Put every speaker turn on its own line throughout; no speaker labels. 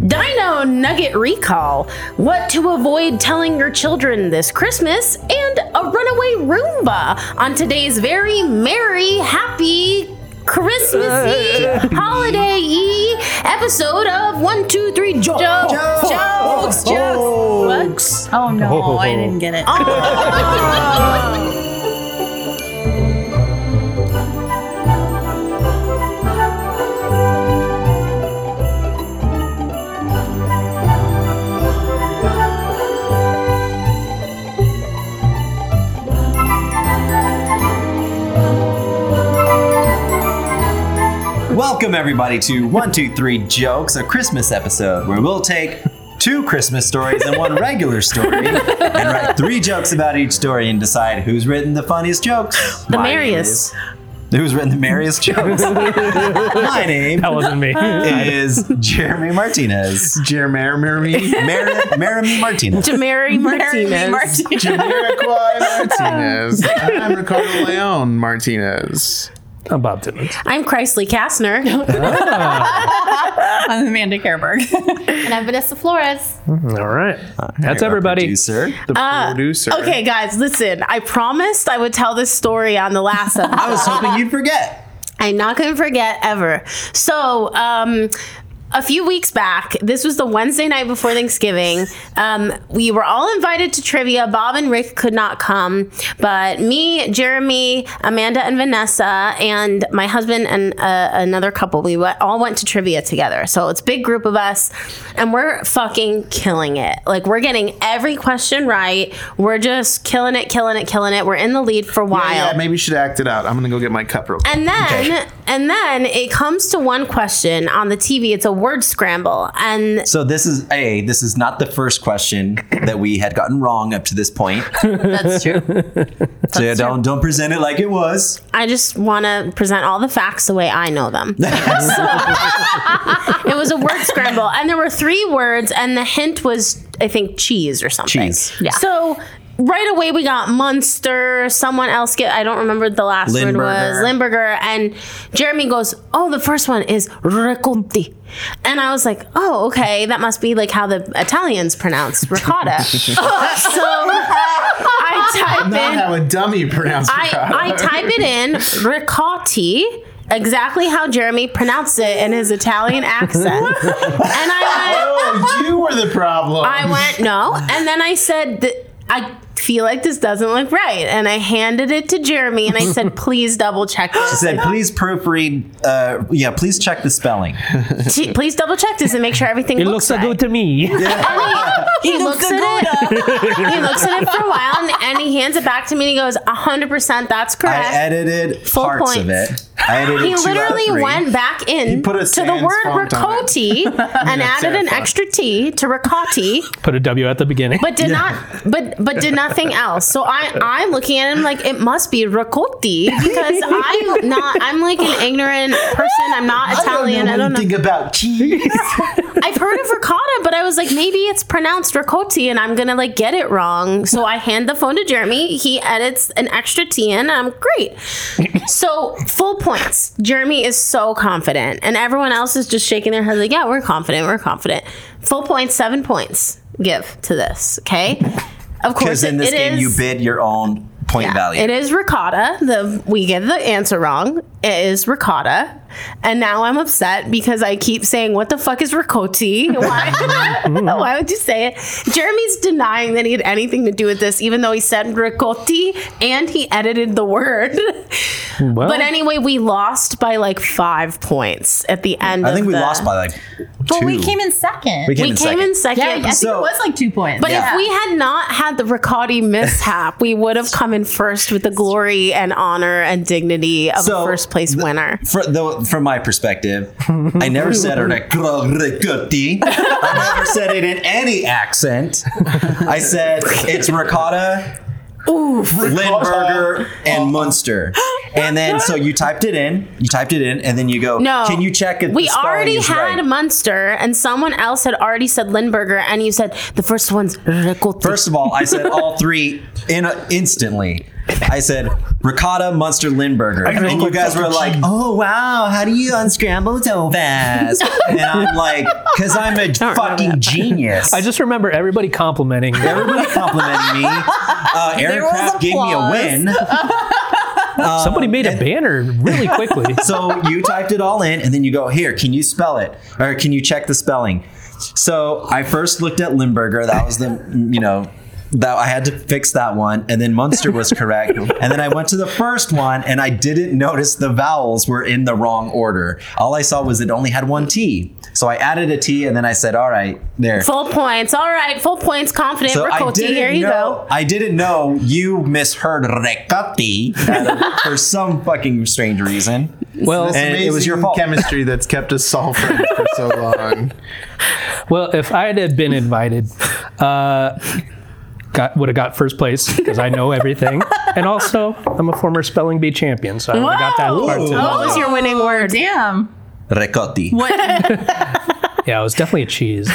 Nano Nugget Recall, what to avoid telling your children this Christmas, and a runaway Roomba on today's very merry, happy, Christmassy, holiday y episode of 123 Jokes. Jokes. Jokes. Jokes.
Oh no, I didn't get it.
Welcome, everybody, to 123 Jokes, a Christmas episode where we'll take two Christmas stories and one regular story and write three jokes about each story and decide who's written the funniest jokes.
The
My
merriest.
name is- Who's written the merriest jokes? My name
That wasn't me.
is Jeremy Martinez.
Jeremy
Mer- Meremy Martinez.
Demary Martinez.
Martinez.
Jamiroquai Martinez. I'm Ricardo Leon Martinez.
I'm Oh, Bob Timmons.
I'm Chrisley Kastner.
I'm Amanda Kerberg.
And I'm Vanessa Flores.
All right. That's
Our
everybody.
Producer.
The
Uh,
Uh,
producer.
Okay, guys, listen. I promised I would tell this story on the last episode.
I was hoping you'd forget.
I'm not going to forget ever. So, um, a few weeks back, this was the Wednesday night before Thanksgiving. Um, we were all invited to trivia. Bob and Rick could not come, but me, Jeremy, Amanda, and Vanessa, and my husband and uh, another couple, we went, all went to trivia together. So it's a big group of us, and we're fucking killing it. Like we're getting every question right. We're just killing it, killing it, killing it. We're in the lead for a while.
Yeah, maybe you should act it out. I'm gonna go get my cup real quick.
And then and then it comes to one question on the TV. It's a word scramble. And
So this is a. This is not the first question that we had gotten wrong up to this point.
that's true. Oh
So yeah, don't don't present it like it was.
I just want to present all the facts the way I know them. So- it was a word scramble and there were three words and the hint was I think cheese or something.
Cheese.
Yeah. So Right away, we got Munster. Someone else get I don't remember what the last word was
Lindbergher.
Limburger. And Jeremy goes, "Oh, the first one is ricotta," and I was like, "Oh, okay, that must be like how the Italians pronounce ricotta." so I type
Not
in
how a dummy pronounced ricotta.
I, I type it in ricotti exactly how jeremy pronounced it in his italian accent and i went
Oh, you were the problem.
i went no and then i said that i feel like this doesn't look right and i handed it to jeremy and i said please double check
She
this
said, "Please proofread. Uh, yeah, please check the spelling."
T- please double check this and make sure everything
It
looks,
looks so
right.
good to me.
he, looks, at it he looks at it for a while and, and he hands it back to me and he goes 100% that's
I
correct
edited
Full
parts of
points.
it. I edited
He
two out of
literally
three.
went back in
put a
to the
sans
word
font on it.
ricotti and added an
serif font.
extra T to ricotti,
Put a W at the beginning.
but did not, but but did nothing else. So I I'm looking at him like it must be ricotti because I'm not I'm like an ignorant person. I'm not Italian. I don't know.
anything about cheese.
I've heard of ricotta, but I was like maybe it's pronounced ricotti, and I'm gonna like get it wrong. So I hand the phone to Jeremy. He edits an extra T in. And I'm great. So full points. Jeremy is so confident, and everyone else is just shaking their heads like, "Yeah, we're confident. We're confident." Full points, seven points. Give to this, okay? Of course,
because in this
it
game
is-
you bid your own point
yeah,
value.
It is ricotta. The we get the answer wrong. It is ricotta, and now I'm upset because I keep saying, "What the fuck is ricotti? Why? why would you say it?" Jeremy's denying that he had anything to do with this, even though he said ricotti and he edited the word.
Well,
Oh.
But anyway, we lost by like five points at the end.
I think
of
we
the-
lost by like two.
But we came in second.
We came
We came
in second.
in second.
yeah, I think
So-
it was like two points.
But
yeah.
if we had not had the Ricotti mishap, we would have come in first with the glory and honor and dignity of
So,
a first place winner.
Fr- though, from my perspective, I never said ricotta. I never said it in any accent. I said it's ricotta, Lindberger, and Munster. And then so you typed it in, you typed it in, and then you go.
No.
Can you check it?
We already had
right?
Munster, and someone else had already said Lindberger, and you said the first one's Ricotti.
First of all, I said all three in instantly. I said ricotta Munster Lindberger.
gotta
And
go
you guys
fucking
were like,
cheese.
oh, wow, how do you unscramble so fast? and I'm like, because I'm a fucking genius.
I just remember everybody complimenting.
Everybody complimented me. Uh, Eric
was
Kraft gave me a
applause.
win.
Somebody made a banner really quickly.
So you typed it all in, and then you go, here, can you spell it? Or can you check the spelling? So I first looked at Limburger. That was the, you know, that I had to fix that one. And then Munster was correct. and then I went to the first one, and I didn't notice the vowels were in the wrong order. All I saw was it only had one T. So I added a T, and then I said, all right, there.
Full points. All right, full points. Confident
So I
Ricotti.
didn't
Here you
know. I didn't know you misheard Recotti for some fucking strange reason.
Well,
And it was your
Amazing
fault.
Chemistry that's kept us all friends for so long.
well, if I had been invited, uh, got would have got first place because I know everything, and also I'm a former spelling bee champion, so I would have got that
Whoa!
part too.
go. What was your winning word?
Damn.
Recotti.
What
Yeah, it was definitely a cheese.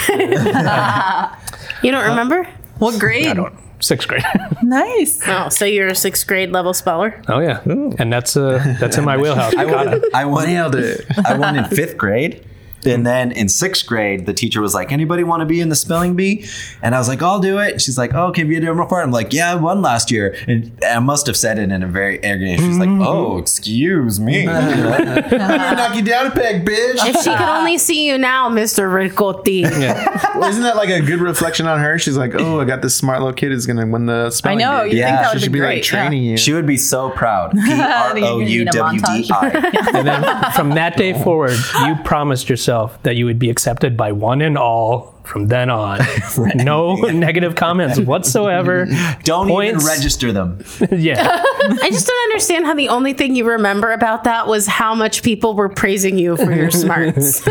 You don't remember?
what grade?
Sixth grade.
Nice.
Oh, so you're a sixth grade level speller?
Oh yeah, and that's uh, that's in my wheelhouse.
I won. I won.
Nailed it.
I won in fifth grade. And then in sixth grade, the teacher was like, anybody want to be in the spelling bee? And I was like, I'll do it. And she's like, oh, can you do it before? I'm like, yeah, I won last year. And I must have said it in a very arrogant. She's like, oh, excuse me.
Knock you down a peg, bitch.
If she could only see you now, Mr. Ricotti.
Yeah.
Isn't that like a good reflection on her? She's like, oh, I got this smart little kid who's gonna win the
I
spelling.
know.
bee."
You
Yeah,
think that would
She
be
should be
great?
like training you.
She would be so proud. P R O U W D I.
And then from that day forward, you promised yourself that you would be accepted by one and all from then on. No negative comments whatsoever.
Don't
Points.
even register them.
yeah.
I just don't understand how the only thing you remember about that was how much people were praising you for your smarts.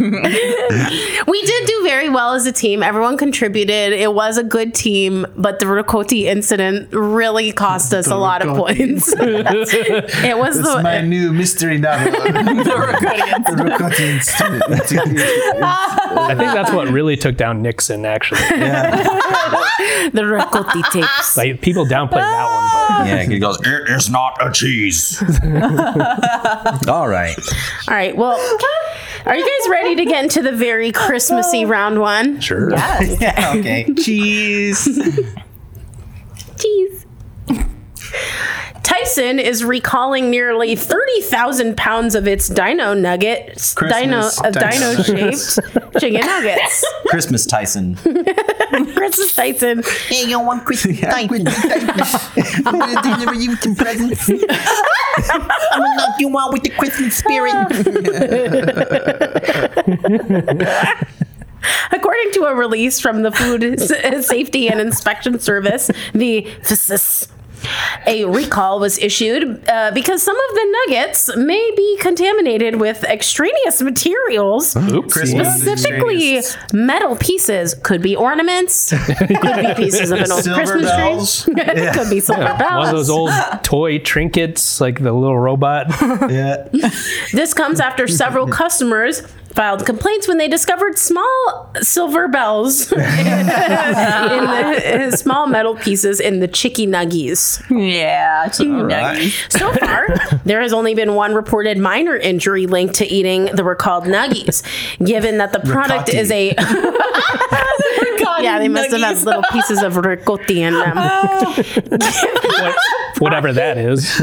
we did do very well as a team. Everyone contributed. It was a good team, but the Ricotti incident really cost us a lot of points. it was
That's
the
my new mystery novel. the Ricotti Institute.
I think that's what really took down Nixon, actually.
the Ricotti tapes.
Like, people downplayed that one.
Yeah, he goes, it is not a cheese. All right.
All right. Well, are you guys ready to get into the very Christmassy round one?
But sure.
Yeah, okay.
Cheese.
Jeez. Tyson is recalling nearly 30,000 pounds of its dino nuggets, dino,
Christmas
of
dino
dino shaped chicken nuggets.
Christmas Tyson.
Christmas Tyson.
Hey, you want Christmas time? I'm gonna deliver you some presents. I'm gonna knock you out with the Christmas spirit.
According to a release from the Food S- Safety and Inspection Service, the FSIS, a recall was issued uh, because some of the nuggets may be contaminated with extraneous materials. Specifically, metal pieces could be ornaments, could be pieces of an old
Silver
Christmas
bells.
tree, could be silver
One
bells.
of those old toy trinkets, like the little robot.
Yeah.
This comes after several customers filed complaints when they discovered small silver bells in the, uh, small metal pieces in the chicky nuggies.
Yeah. Chicken nuggies.
So far, there has only been one reported minor injury linked to eating the recalled nuggies. Given that the product
Ricotti.
is a yeah, they must have had little pieces of ricotti in them.
What- whatever that is.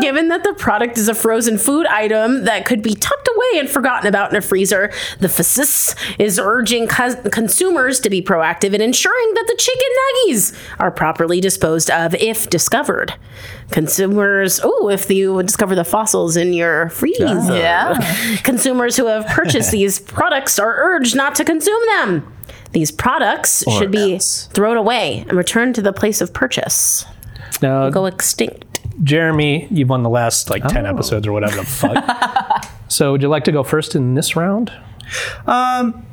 Given that the product is a frozen food item that could be tucked away and forgotten about in a freezer, the FSIS is urging cus consumers to be proactive in ensuring that the chicken nuggies are properly disposed of if discovered. Consumers, oh, if you discover the fossils in your freezer.
Yeah.
Consumers who have purchased these products are urged not to consume them. These products should be
else.
thrown away and returned to the place of purchase.
Now,
Go extinct.
Jeremy, you've won the last like 10 episodes or whatever the fuck. so, would you like to go first in this round?
Um,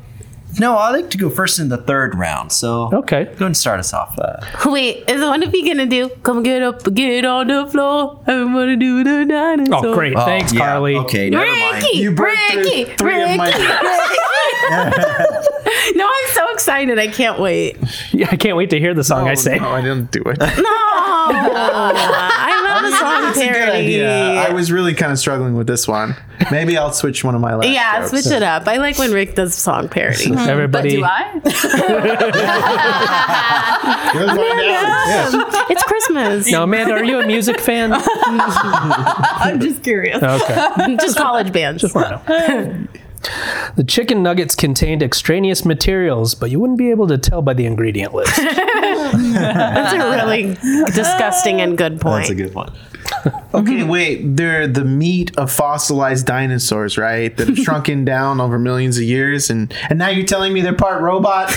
No, I like to go first in the third round. So
Okay.
go and start us off. Uh,
Wait, is one of you gonna do? Come get up, get on the floor. I wanna do the dinosaur.
Oh, great. Thanks,
yeah,
Carly.
Okay, never mind.
Ricky,
You broke through
Ricky,
three of
Ricky.
my-
no, I'm so excited. I can't wait.
Yeah, I can't wait to hear the song I
Oh,
say.
no, I didn't do it.
No. Uh, I love a song
That's a good
parody.
idea. I was really kind of struggling with this one. Maybe I'll switch one of my last.
Yeah,
jokes.
switch it up. I like when Rick does song parody.
Hmm, But
Everybody,
do I?
We'll find out.
it's Christmas.
now Amanda, are you a music fan?
I'm just curious.
Okay.
Just college bands.
The chicken nuggets contained extraneous materials, but you wouldn't be able to tell by the ingredient list.
That's a really disgusting and good point.
That's a good one.
Okay, wait. They're the meat of fossilized dinosaurs, right? That have shrunken down over millions of years, and and now you're telling me they're part robot.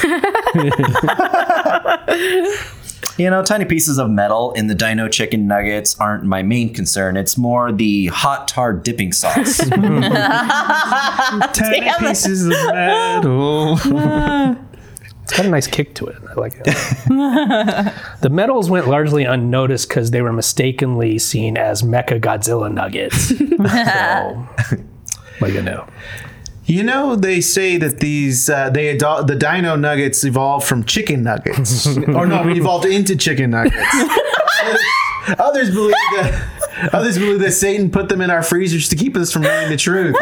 You know, tiny pieces of metal in the dino chicken nuggets aren't my main concern. It's more the hot tar dipping sauce.
Tiny pieces of metal.
It's got a nice kick to it. I like it. the medals went largely unnoticed because they were mistakenly seen as Mecha Godzilla nuggets. so, what you know?
You know, they say that these uh, they ado- the dino nuggets evolved from chicken nuggets, or no, we evolved into chicken nuggets. others believe that others believe that Satan put them in our freezers to keep us from knowing the truth.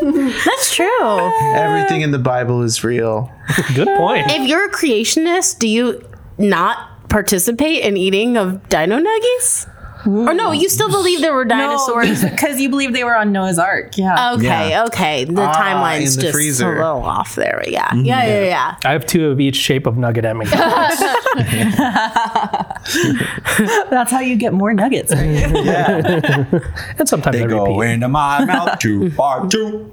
That's true.
Everything in the Bible is real.
Good point.
If you're a creationist, do you not participate in eating of dino nuggies? Or no, you still believe there were dinosaurs?
because you believe they were on Noah's Ark. Yeah.
Okay,
Yeah.
okay. The
Ah,
timeline's
in the
just
freezer.
a little off there. Yeah. Yeah, yeah, yeah.
I have two of each shape of nugget at McDonald's.
That's how you get more nuggets. Right?
and sometimes
they
I
go
repeat.
into my mouth, two bar two.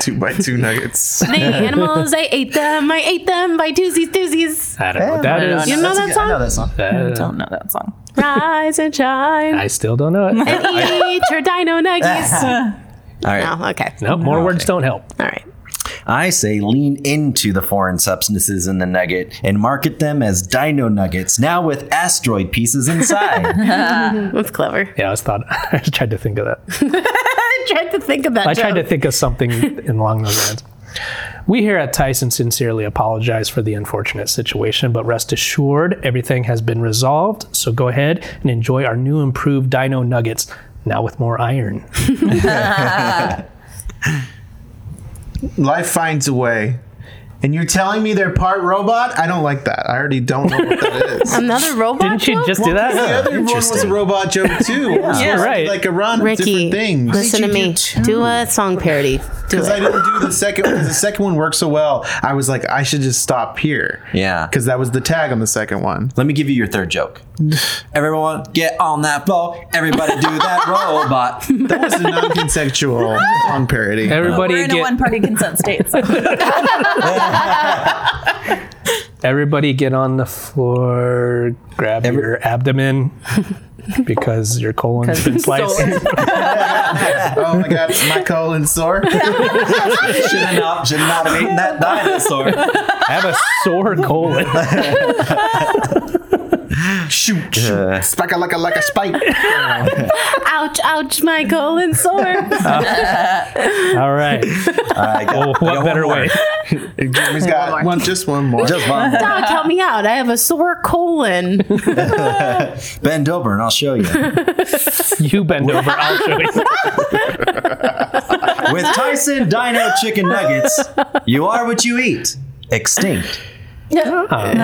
Two by two nuggets.
The animals, I ate them. I ate them by twosies, twosies.
I don't know what that
I
is.
You know that
I know
song?
that song.
I don't know that song.
Rise and shine.
I still don't know it.
Eat your dino nuggies.
All right.
uh, No, okay.
No, more words don't help.
All right.
I say lean into the foreign substances in the nugget and market them as dino nuggets, now with asteroid pieces inside.
That's clever.
Yeah, I was thought I tried to think of that.
I tried to think of that.
I tried to
joke.
think of something in along those lines. We here at Tyson sincerely apologize for the unfortunate situation, but rest assured everything has been resolved. So go ahead and enjoy our new improved dino nuggets, now with more iron.
Life finds a way. And you're telling me they're part robot? I don't like that. I already don't know what that is.
Another robot.
Didn't you
joke?
just do
The
that?
other one was a
Interesting.
robot joke too.
Yeah, right.
Like uh, a run of
Ricky,
different things.
listen to me. Do a song parody. Do
Because I
it.
didn't do the second because the second one worked so well. I was like, I should just stop here.
Yeah.
Because that was the tag on the second one.
Let me give you your third joke. Everyone, get on that floor. Everybody, do that robot.
That was a non consensual song parody.
Everybody
We're in a
get
one party consent state. So.
everybody get on the floor, grab your abdomen because your colon's been sliced.
oh my god, my colon sore.
Should have not, should not have eaten that dinosaur.
I have a sore colon.
shoot, shoot.
Uh.
Spike a like a like a spike.
Ouch, ouch, my colon sore.
All right.
I got- I
Well,
got
what
one
better
more.
way?
Jimmy's got one, just one more.
Just one more.
Doc, help me out. I have a sore colon.
Bend over and I'll show you.
You bend over, I'll show you.
With Tyson Dino Chicken Nuggets, you are what you eat. Extinct.
Aw.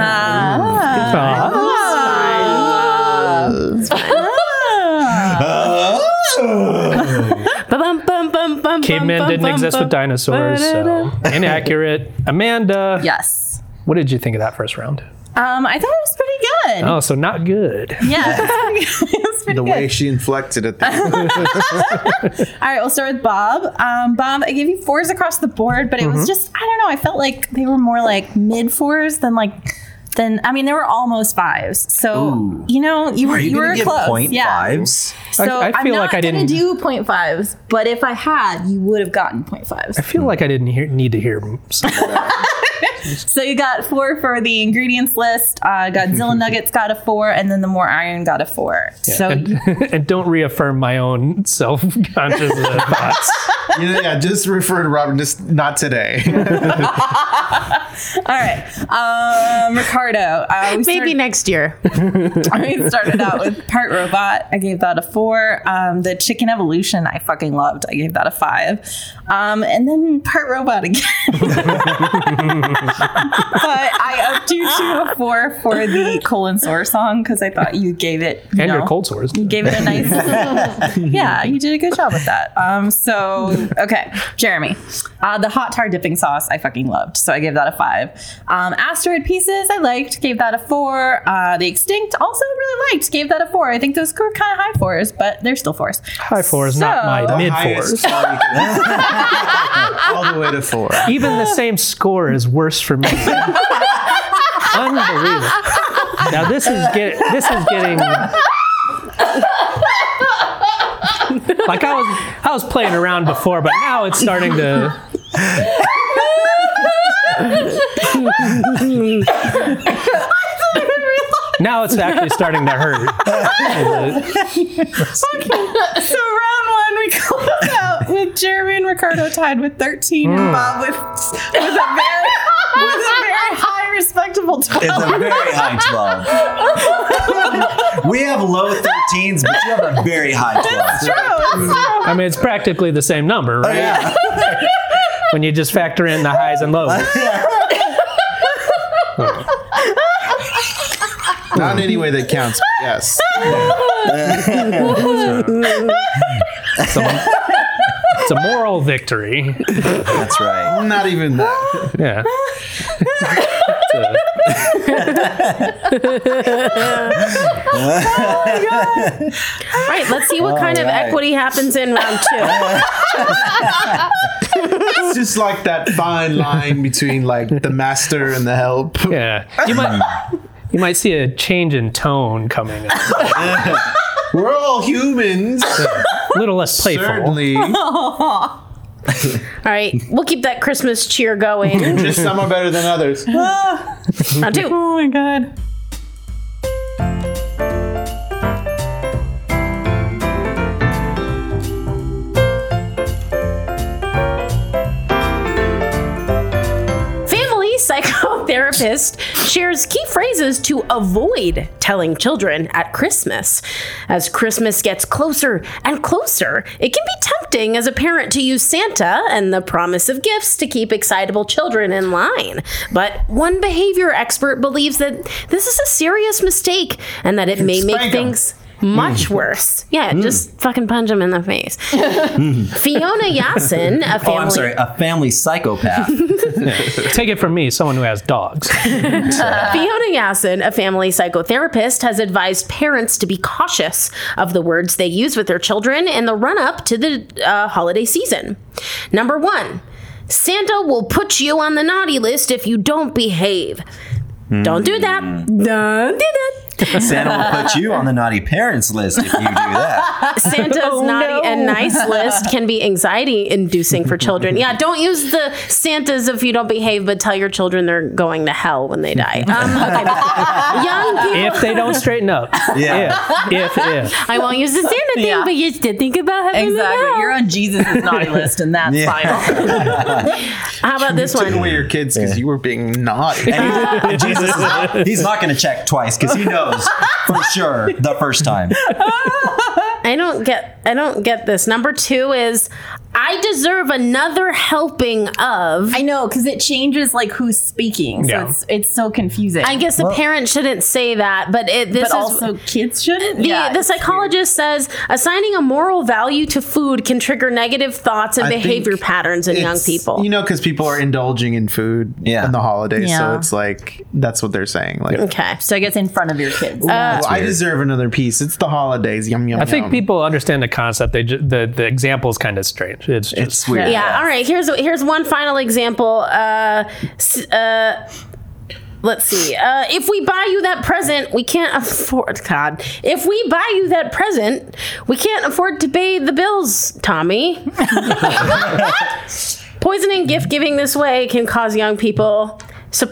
Bum, bum, bum, bum,
Cavemen
bum,
didn't
bum,
exist
bum.
with dinosaurs, so inaccurate. Amanda,
yes.
what did you think of that first round?
Um, I thought it was pretty good.
Oh, so not good.
Yeah, it was pretty
The
good.
way she inflected it. there.
All right, we'll start with Bob. Um, Bob, I gave you fours across the board, but it
Mm-hmm.
was just I don't know. I felt like they were more like mid fours than like than I mean they were almost fives. So
Ooh.
you know you were
Are
you,
you, going
were
to give
close.
point
yeah.
fives?
So
I- I
I,
feel
am
like
not
I
gonna
didn't-
do point fives, but if I had, you would have gotten point fives.
I feel like I didn't hear, need to hear. some-
So you got four for the ingredients list. Uh, Godzilla nuggets got a four, and then the more iron got a four. So
and, and don't reaffirm my own self-conscious uh, thoughts.
You know, yeah, just refer to Robin. Just not today.
All right, um, Ricardo. Uh, we
Maybe
started-
next year.
I started out with Part Robot. I gave that a four. Um, the Chicken Evolution, I fucking loved. I gave that a five. Um, and then Part Robot again. but I upped you to a four for the colon sore song because I thought you gave it. You
and
know,
your cold sores.
you gave it a nice. yeah, you did a good job with that. Um, so okay, Jeremy, uh, the hot tar dipping sauce I fucking loved, so I gave that a five. Um, asteroid pieces I liked, gave that a four. Uh, the extinct also really liked, gave that a four. I think those were kind of high fours, but they're still fours.
High fours,
So-
not my
The
mid
Highest
fours.
score you can- All the way to four.
Even the same score is worse for me. Unbelievable. Now this is get this is getting like I was I was playing around before, but now it's starting to now it's actually starting to hurt.
So round one, we close out with Jeremy and Ricardo tied with 13
Hmm.
and Bob with, with a very with a very high respectable 12.
It's a very high 12. we have low 13s, but you have a very high 12.
I mean, it's practically the same number, right?
Yeah.
When you just factor in the highs and lows.
Not in any way that counts. but Yes.
It's a, it's a moral victory.
That's right.
Not even that.
Yeah.
All right, let's see what kind of
right.
equity happens in round two.
It's just like that fine line between like the master and the help.
yeah. You might you might see a change in tone coming up.
We're all humans.
A little less playful.
Certainly.
All right, we'll keep that Christmas cheer going.
Just some are better than others.
round two.
Oh my god.
Family psychotherapist shares key phrases to avoid telling children at Christmas. As Christmas gets closer and closer, it can be tempting as a parent to use Santa and the promise of gifts to keep excitable children in line. But one behavior expert believes that this is a serious mistake and that it may make
Spank 'em.
things
Mm.
much worse. Yeah, just fucking punch him in the face. Fiona Yasin, a family
Oh, I'm sorry. A family psychopath.
Take it from me, someone who has dogs.
Fiona Yasin, a family psychotherapist, has advised parents to be cautious of the words they use with their children in the run up to the uh, holiday season. Number one, Santa will put you on the naughty list if you don't behave. Don't do that. Hmm. Don't do that.
Santa will put you on the naughty parents list if you do that.
Santa's naughty and nice list can be anxiety inducing for children. Yeah, don't use the Santas if you don't behave, but tell your children they're going to hell when they die. Um, okay. Young people.
if they don't straighten up.
Yeah.
If, if, if.
I won't use the Santa thing,
Yeah.
but you did think about having
Exactly.
It out.
You're on Jesus' naughty list, and that's
Yeah.
final.
How about this
Took away
one?
your kids because you were being naughty.
And Jesus is not, he's not going to check twice because he knows for sure the first time.
I don't get. I don't get this. Number two is, I deserve another helping of.
I know because it changes like who's speaking, so
Yeah.
it's it's so confusing.
I guess a parent shouldn't say that, but it, this
but
is
also kids shouldn't.
the, the psychologist says assigning a moral value to food can trigger negative thoughts and
I think
behavior patterns in young
It's-
people.
You know, because people are indulging in food
Yeah.
in the holidays, so
Yeah.
it's like that's what they're saying. Like,
okay.
so I guess in front of your kids.
"Well, I deserve another piece. It's the holidays. Yum yum.
I think people understand the concept. They ju- the the example is kind of strange. It's just
It's weird.
Yeah. All right. Here's here's one final example. Uh, s- uh, let's see. Uh, if we buy you that present, we can't afford. God. If we buy you that present, we can't afford to pay the bills, Tommy. Poisoning gift giving this way can cause young people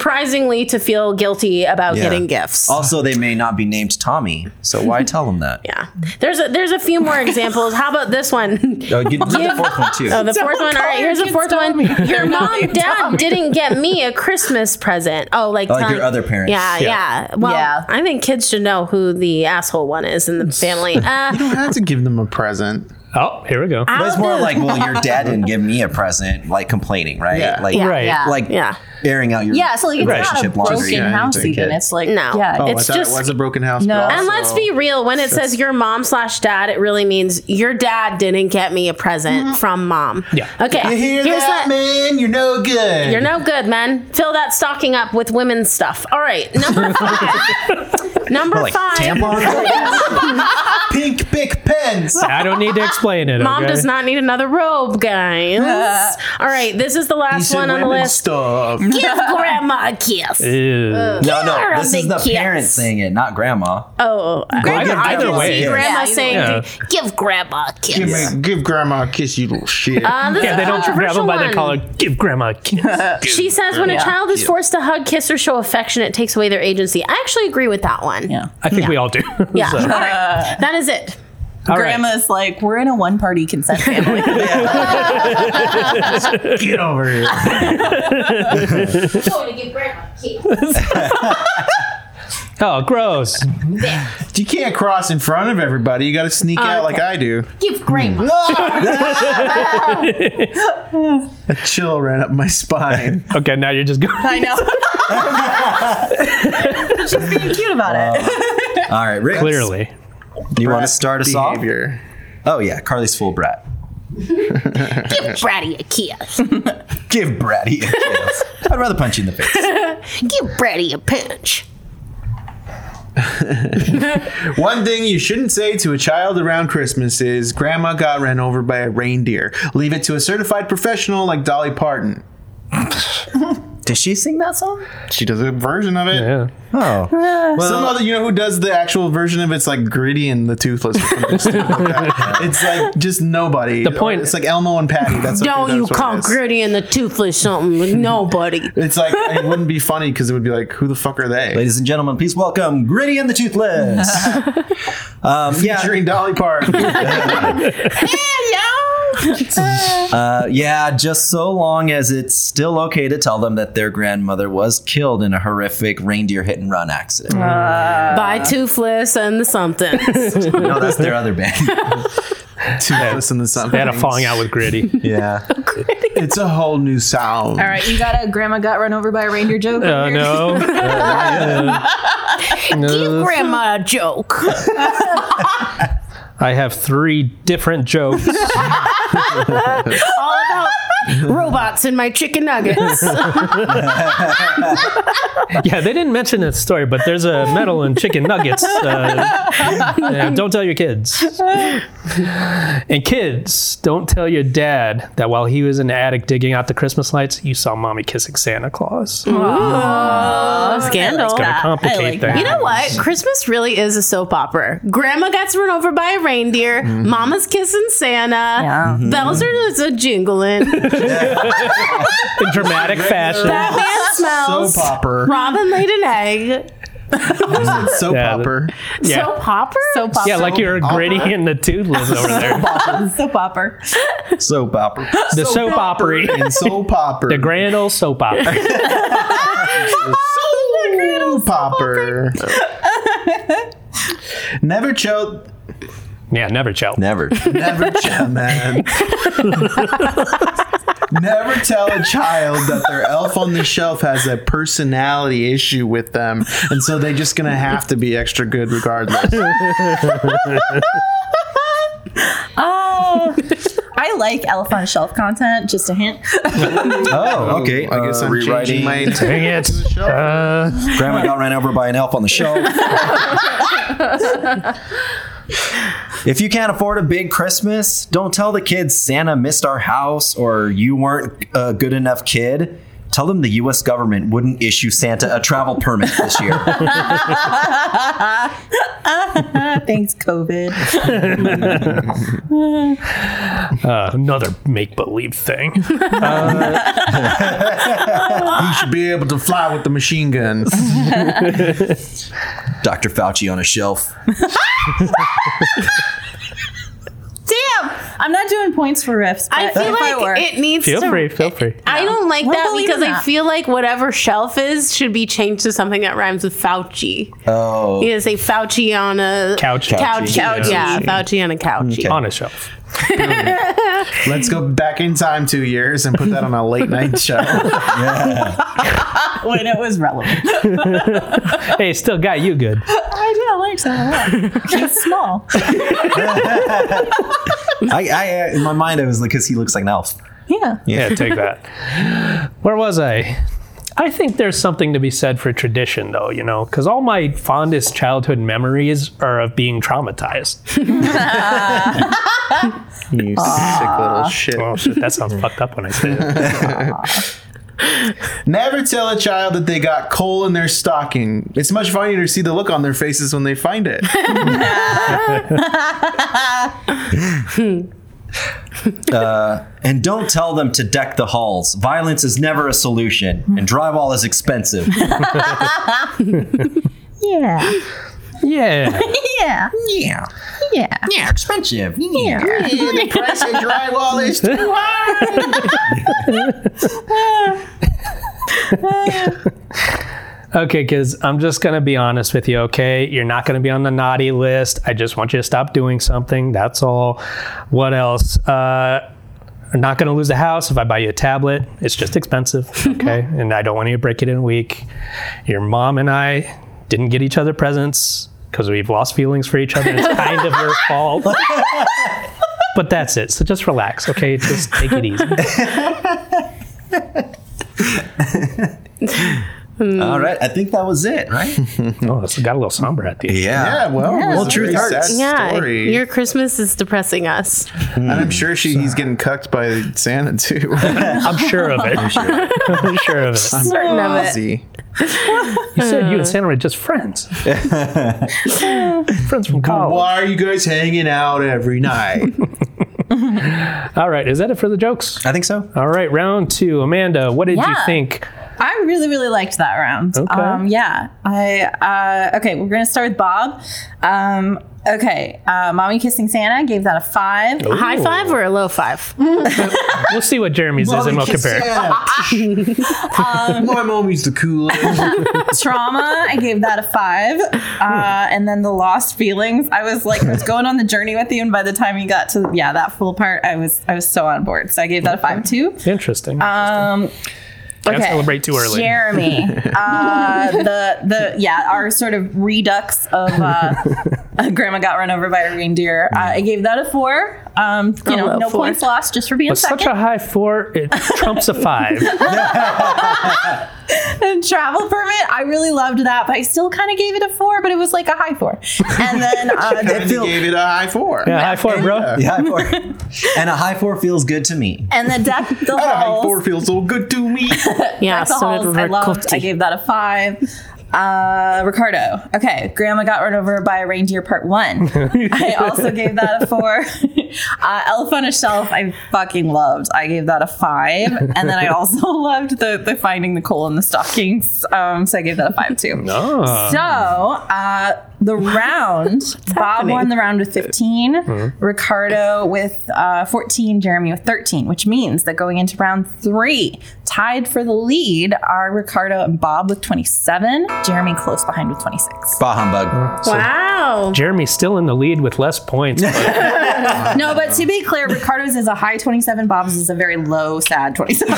surprisingly to feel guilty about
Yeah.
getting gifts.
Also, they may not be named Tommy, so why tell them that?
yeah, there's a, there's a few more examples. How about this one?
Oh, you, the fourth one too.
Oh, the fourth one. All
call
right,
your
here's the
kids
fourth one.
Tommy.
Your mom, dad didn't get me a Christmas present. Oh, like
Like your
telling-
other parents.
Yeah, yeah. Well,
Yeah.
I think kids should know who the asshole one is in the family. Uh,
You don't have to give them a present.
Oh, here we go.
But it's more like, well, your dad didn't give me a present, like complaining, right?
Yeah.
Like,
right.
yeah.
like
Yeah.
airing out your
Yeah, so like it's not a
relationship laundry.
broken
Yeah, you
house
take
even.
it.
It's like
No.
yeah,
Oh,
Oh,
It's
I thought
just-
it was a broken house.
No.
but
And
and
also-
let's be real. When it says your mom slash dad, it really means your dad didn't get me a present
Mm-hmm.
from mom.
Yeah.
Okay.
You hear that, man? You're no good.
You're no good, man. Fill that stocking up with women's stuff. All right. Number five. number
Or, like
five.
tampons, pink big pens.
I don't need to explain it.
Mom
okay?
does not need another robe, guys. All right, this is the last
These are
one on the
women's
list.
Stuff.
Give grandma a kiss.
Ew.
No,
You're a
no, this is
big
the
kid.
parent saying it, not grandma.
Oh, I-
Well, either,
I
either
can
way.
see
Yeah.
grandma
Yeah, either
saying,
way.
"Give grandma a kiss."
Give, me- give grandma a kiss, you little shit.
Uh, this is
they
a
don't grab
controversial
them by the
one.
collar. Give grandma a kiss.
She says, "When a
Yeah.
child is forced to hug, kiss, or show affection, it takes away their agency." I actually agree with that one.
yeah.
I think we all do.
Yeah.
So,
All right. That is it.
all right.
Grandma's like, we're in a one party consent family.
Get over here.
going to give grandma a kiss.
Oh, gross.
You can't cross in front of everybody. You got to sneak out like I do.
Give grandma.
A chill ran up my spine.
Okay, now you're just going.
I know. She's being cute about it.
All right, Rick.
Clearly.
You want to start us off?
Behavior.
Oh, yeah, Carly's full brat.
Give Bratty a kiss.
Give Bratty a kiss. I'd rather punch you in the face.
Give Bratty a pinch.
One thing you shouldn't say to a child around Christmas is Grandma got ran over by a reindeer. Leave it to a certified professional like Dolly Parton.
Did she sing that song?
She does a version of it.
Yeah.
Oh.
Some other, you know, who does the actual version of it's like Gritty and the Toothless. or something stupid like that. it's like just nobody. The
point-
it's like Elmo and Patty. That's what-
Don't
that's
you
what it
call
is.
gritty and the toothless something? Nobody.
It's like it wouldn't be funny because it would be like, who the fuck are they?
Ladies and gentlemen, please welcome Gritty and the Toothless. um, yeah,
Featuring Dolly Parton.
uh, yeah, just so long as it's still okay to tell them that their grandmother was killed in a horrific reindeer hit and run accident.
By toothless and the something.
no, that's their other band.
Toothless and the
They
something.
had a falling out with Gritty.
yeah.
It's a whole new sound.
All right, you got a grandma got run over by a reindeer joke.
Oh, no. No.
grandma a joke.
I have three different jokes.
All about robots and my chicken nuggets.
Yeah, they didn't mention that story, but there's a medal in chicken nuggets. Uh, yeah, don't tell your kids. And kids, don't tell your dad that while he was in the attic digging out the Christmas lights, you saw mommy kissing Santa Claus.
Oh, scandal.
Gonna complicate
I like that.
things.
You know what? Christmas really is a soap opera. Grandma gets run over by a reindeer. Mama's kissing Santa. Mm-hmm.
Yeah.
Mm-hmm.
Bells are just a jingling.
In dramatic fashion.
Batman smells.
Soap opera.
Robin laid an egg.
Soap
Yeah, the-
opera.
Yeah.
Soap opera?
Soap opera.
yeah, like you're gritty and the toothless over there.
soap opera.
Soap opera.
The soap opera.
And soap opera.
The grand old soap opera.
Oh,
soap opera. Never choke.
Yeah, never chill.
Never.
Never choke, man. Never tell a child that their elf on the shelf has a personality issue with them, and so they're just gonna have to be extra good regardless.
Oh, I like elephant shelf content. Just a hint.
Oh, okay.
I guess I'm changing my.
Dang it. Uh,
Grandma got ran over by an elf on the shelf. if you can't afford a big Christmas, don't tell the kids Santa missed our house or you weren't a good enough kid. Tell them the U.S. government wouldn't issue Santa a travel permit this year.
Ah, Thanks, COVID.
Uh, another make believe thing.
You should be able to fly with the machine guns.
Dr. Fauci on a shelf.
Damn, I'm not doing points for riffs. But
I feel
if I were,
like it needs
Feel
to.
free, feel free.
I don't like
Well,
that
believe
because
it or
I
not.
feel like whatever shelf is should be changed to something that rhymes with Fauci.
Oh,
You gotta say Fauci on a
Couch.
Couch.
Couch.
Yeah, Fauci on a couch.
On a shelf.
Let's go back in time two years and put that on a late night show.
when it was relevant.
Hey, still got you good.
I do like that a lot. She's small.
I, I, uh, in my mind, I was like, because he looks like an elf.
Yeah.
Yeah, take that. Where was I? I think there's something to be said for tradition, though, you know, because all my fondest childhood memories are of being traumatized.
You sick little shit.
Oh, shit, that sounds fucked up when I say it.
Never tell a child that they got coal in their stocking. It's much funnier to see the look on their faces when they find it.
Uh, And don't tell them to deck the halls. Violence is never a solution, and drywall is expensive.
Yeah.
Yeah.
Yeah.
Yeah.
Yeah.
yeah, expensive. Yeah.
the price of drywall is too high.
Okay, kids, I'm just going to be honest with you, okay? You're not going to be on the naughty list. I just want you to stop doing something. That's all. What else? Uh, I'm not going to lose the house if I buy you a tablet. It's just expensive, okay? and I don't want you to break it in a week. Your mom and I didn't get each other presents because we've lost feelings for each other. It's kind of your fault. but that's it. So just relax, okay? Just take it easy.
All right, I think that was it, right?
Oh, it's got a little somber at the end.
Yeah, well, well,
truth hurts.
Yeah,
story.
your Christmas is depressing us.
and I'm sure she, he's getting cucked by Santa too.
I'm sure of it. I'm sure of it.
Certain of it.
See,
You said you
Mm.
and Santa were just friends. friends from college.
why are you guys hanging out every night?
All right, is that it for the jokes?
I think so.
All right, round two. Amanda, what did you
Yeah.
think?
I really, really liked that round.
Okay.
Um, yeah. I uh, okay. We're gonna start with Bob. Um, okay. Uh, Mommy kissing Santa gave that a five.
High five or a low five?
We'll see what Jeremy's is and we'll compare.
My mommy's the coolest.
Trauma. I gave that a five. Uh, and then the lost feelings. I was like, I was going on the journey with you, and by the time you got to yeah that full part, I was I was so on board. So I gave that a five too.
Interesting.
Um,
Can't celebrate too early.
Jeremy, uh, the the yeah, our sort of redux of uh, Grandma got run over by a reindeer. Uh, I gave that a four. Um, you know,
Oh, well,
no
four.
points lost just for being
But such
second.
a high four, it trumps a five.
And travel permit, I really loved that, but I still kind of gave it a four, but it was like a high four. And then uh,
and
the,
he gave it a high four.
Yeah, high four, bro.
Yeah, high four. and a high four feels good to me.
and the deck the
That high
halls.
four feels so good to me.
Yeah,
That's the halls I
Robert
loved. I
Corti.
gave that a five. Uh, Ricardo. Okay, Grandma got run over by a reindeer. Part one. I also gave that a four. Uh, Elf on a Shelf. I fucking loved. I gave that a five, and then I also loved the the finding the coal in the stockings. Um, so I gave that a five too.
Oh.
Um,
So uh, the round, Bob won the round with 15,
Uh-huh.
Ricardo with uh, 14, Jeremy with 13, which means that going into round three, tied for the lead are Ricardo and Bob with 27, Jeremy close behind with 26.
Bah humbug.
Wow.
Jeremy's still in the lead with less points. but
No, but to be clear, Ricardo's is a high 27, Bob's is a very low, sad 27.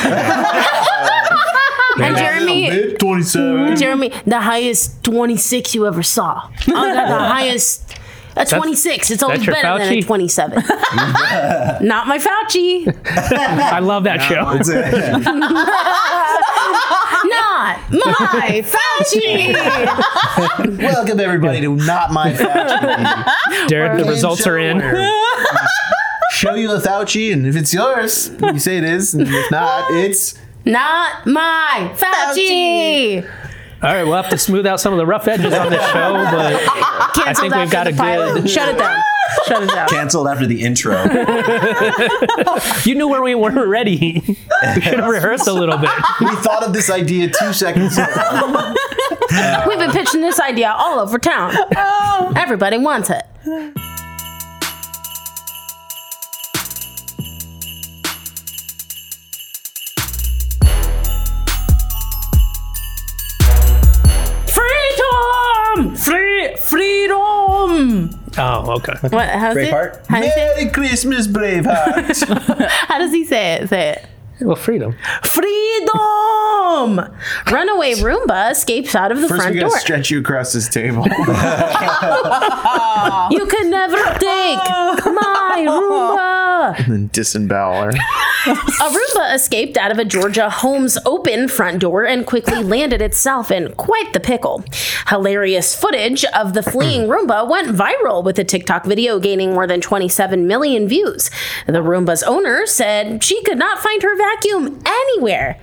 And Jeremy,
Bit 27.
Jeremy, the highest 26 you ever saw. I got the highest. A 26. It's always
your
better than a
Fauci?
27. Not my Fauci.
I love that show.
Not my Fauci.
Welcome everybody to Not My Fauci.
Derek, the results are in.
Show you the Fauci, and if it's yours, you say it is, and if not, it's
Not my Fauci.
All right, we'll have to smooth out some of the rough edges on this show, but I
Canceled
think we've
after
got
the
a
pilot.
good-
Shut it down. Shut it down.
Cancelled after the intro.
you knew where we weren't ready. we should have rehearsed a little bit.
We thought of this idea two seconds ago.
We've been pitching this idea all over town. Everybody wants it. Freedom! Free freedom!
Oh, okay.
What? How's it?
Braveheart?
How, do you say it?
Merry Christmas, Braveheart.
How does he say it? Say it.
Well, freedom.
Freedom! Runaway Roomba escapes out of the
First,
front
we
door.
gotta stretch you across this table.
You can never take my Roomba!
then disembowel her.
A Roomba escaped out of a Georgia home's open front door and quickly landed itself in quite the pickle. Hilarious footage of the fleeing Roomba went viral with a TikTok video gaining more than 27 million views. The Roomba's owner said she could not find her vacuum anywhere.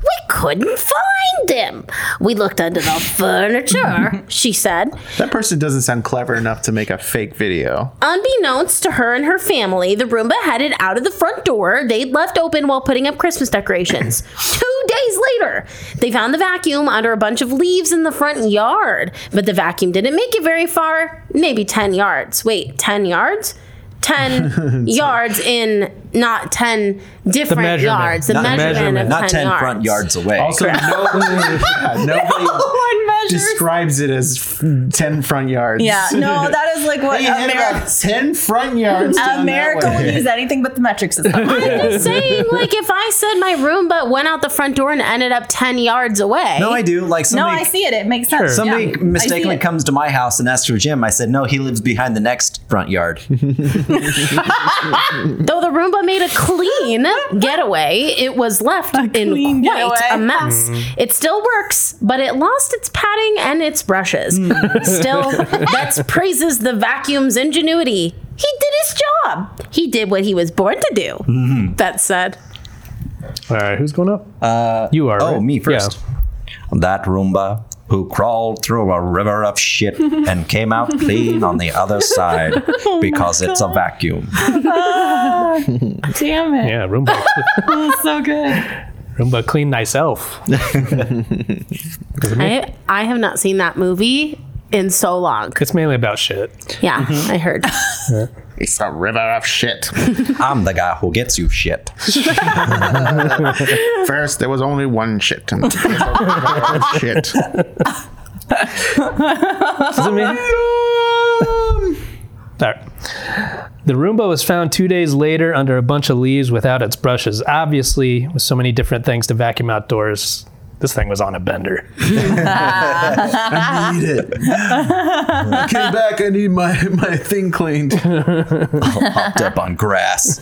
We couldn't find him. We looked under the furniture.
She said,
That person doesn't sound clever enough to make a fake video.
unbeknownst to her and her family, the Roomba headed out of the front door they'd left open while putting up Christmas decorations. Two days later, they found the vacuum under a bunch of leaves in the front yard, but the vacuum didn't make it very far maybe 10 yards. Wait, 10 yards? 10 yards in not 10 different
measurement.
yards. The
Not
measurement,
measurement.
of
Not
10,
10
yards.
front yards away.
also, no, yeah, nobody describes it as f- 10 front yards.
Yeah, no, that is like what
They had
America.
about 10 front yards. down that
America
way.
will use anything but the metric system.
I'm just saying, like, if I said my Roomba went out the front door and ended up 10 yards away.
no, I do. Like
no,
somebody,
I see it. It makes sense.
somebody
Yeah, I see
mistakenly
it.
comes to my house and asks for Jim. I said, no, he lives behind the next front yard.
Though the Roomba made a clean getaway, it was left in quite
clean getaway.
a mess. It still works, but it lost its padding and its brushes.
Mm.
still, that praises the vacuum's ingenuity. He did his job. He did what he was born to do. That said,
All right, who's going up? Uh, you are.
Oh,
right?
me first.
Yeah.
That Roomba who crawled through a river of shit and came out clean on the other side
Oh
because it's a vacuum.
Damn it.
Yeah, Roomba.
It's so good.
Roomba, clean thyself.
I, I have not seen that movie in so long.
It's mainly about shit.
Yeah, I heard.
It's a river of shit.
I'm the guy who gets you shit.
First, there was only one shit. and there was a river of shit.
Um,
Does it mean? All right. The Roomba was found two days later under a bunch of leaves without its brushes. Obviously, with so many different things to vacuum outdoors, this thing was on a bender.
I need it. I came back. I need my, my thing cleaned.
Hopped up on grass.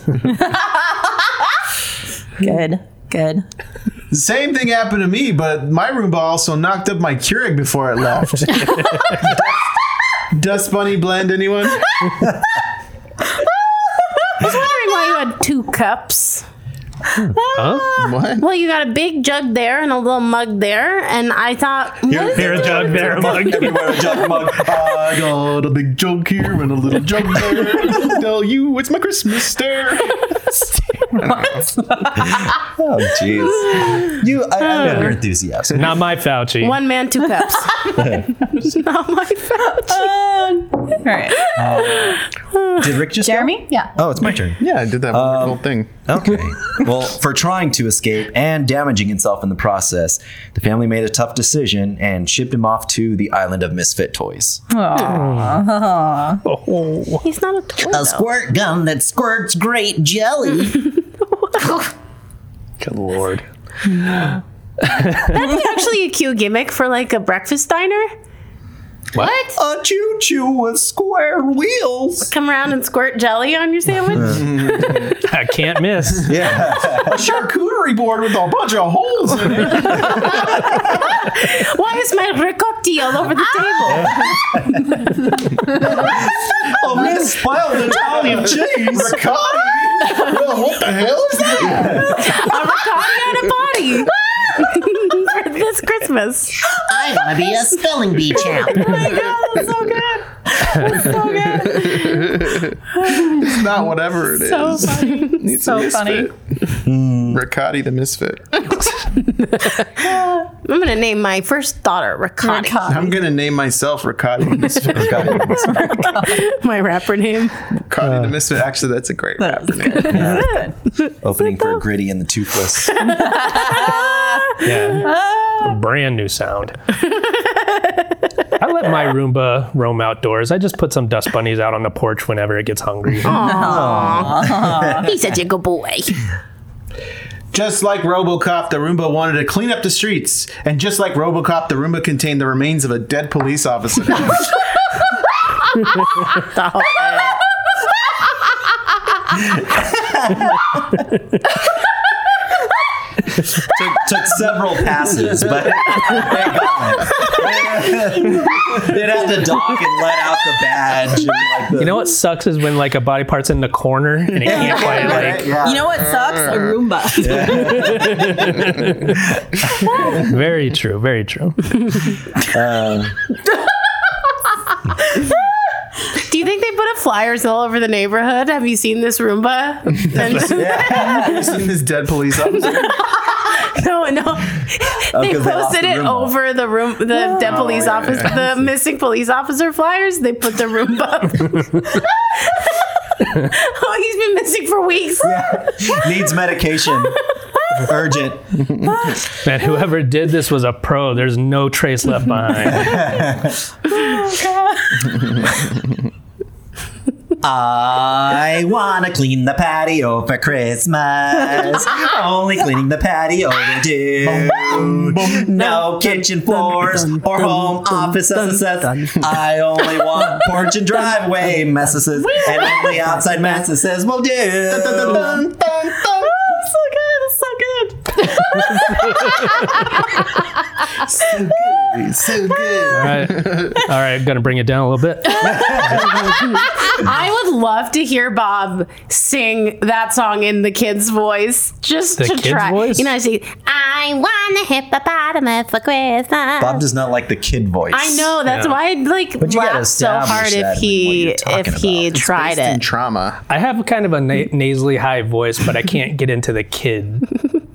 Good. Good.
Same thing happened to me, but my Roomba also knocked up my Keurig before it left. Dust Bunny blend, anyone?
wondering why you had two cups. Ah,
Huh?
Well, you got a big jug there and a little mug there, and I thought, what is it doing?
jug, there a mug.
Everywhere a jug mug. I got a big jug here and a little jug there. Tell you, it's my Christmas stare.
Oh, jeez. You, I, I love your enthusiasm.
Not my Fauci.
One man, two cups. Not my Fauci.
All right.
Did Rick just?
Jeremy? Yeah.
Oh, it's my turn. Um,
Yeah, I did that wonderful thing.
Okay. well, for trying to escape and damaging itself in the process, the family made a tough decision and shipped him off to the island of misfit toys.
He's not a toy. though.
Squirt gun that squirts great jelly.
Good lord.
That'd be actually a cute gimmick for like a breakfast diner. What?
A choo choo with square wheels.
Come around and squirt jelly on your sandwich.
I can't miss.
Yeah.
A charcuterie board with a bunch of holes in it.
Why is my ricotta all over the
Ah!
table?
A misspelled Italian cheese. Ricotta. Well, what the hell is that?
avocado and a potty for this Christmas.
I want to be a spelling bee champ.
It's not whatever it is.
So funny.
It's
so
a
funny.
misfit.
Hmm.
Riccati the misfit.
I'm gonna name my first daughter Ricotta.
I'm gonna name myself Riccati the misfit. Riccati the misfit.
My rapper name.
Riccati the misfit. Actually, that's a great rap name.
Opening for Gritty and the Toothless.
Yeah. Brand new sound. I let my Roomba roam outdoors. I just put some dust bunnies out on the porch whenever it gets hungry.
He's such a good boy.
Just like Robocop, the Roomba wanted to clean up the streets. And just like Robocop, the Roomba contained the remains of a dead police officer.
took, took several passes, but thank God. They'd have to dock and let out the badge. And like the,
You know what sucks is when like a body part's in the corner and it can't quite like
You know what sucks? A Roomba.
very true, very true.
Do you think they put up flyers all over the neighborhood? Have you seen this Roomba? And-
I've seen this dead police officer.
no, no. they
'cause they lost
posted
the
it
Roomba.
over the room, the dead police office, the missing police officer flyers. They put the Roomba. up. oh, he's been missing for weeks.
needs medication. Urgent.
Man, whoever did this was a pro. There's no trace left behind.
I wanna clean the patio for Christmas. Only cleaning the patio will do. No kitchen floors or home office messes. I only want porch and driveway messes, and only outside messes will do.
so good. It's so good.
So good.
All right, all right. I'm gonna bring it down a little bit.
I would love to hear Bob sing that song in the kid's voice, just
The
to
kid's
try.
voice?
You know, I see.
I want a hippopotamus for Christmas.
Bob does not like the kid voice.
I know that's
Yeah.
why I'd like
But you gotta
laugh so hard
establish that
if
in
he
what you're
if
talking
he
about. It's
tried
Based in
it.
trauma.
I have kind of a na- nasally high voice, but I can't get into the kid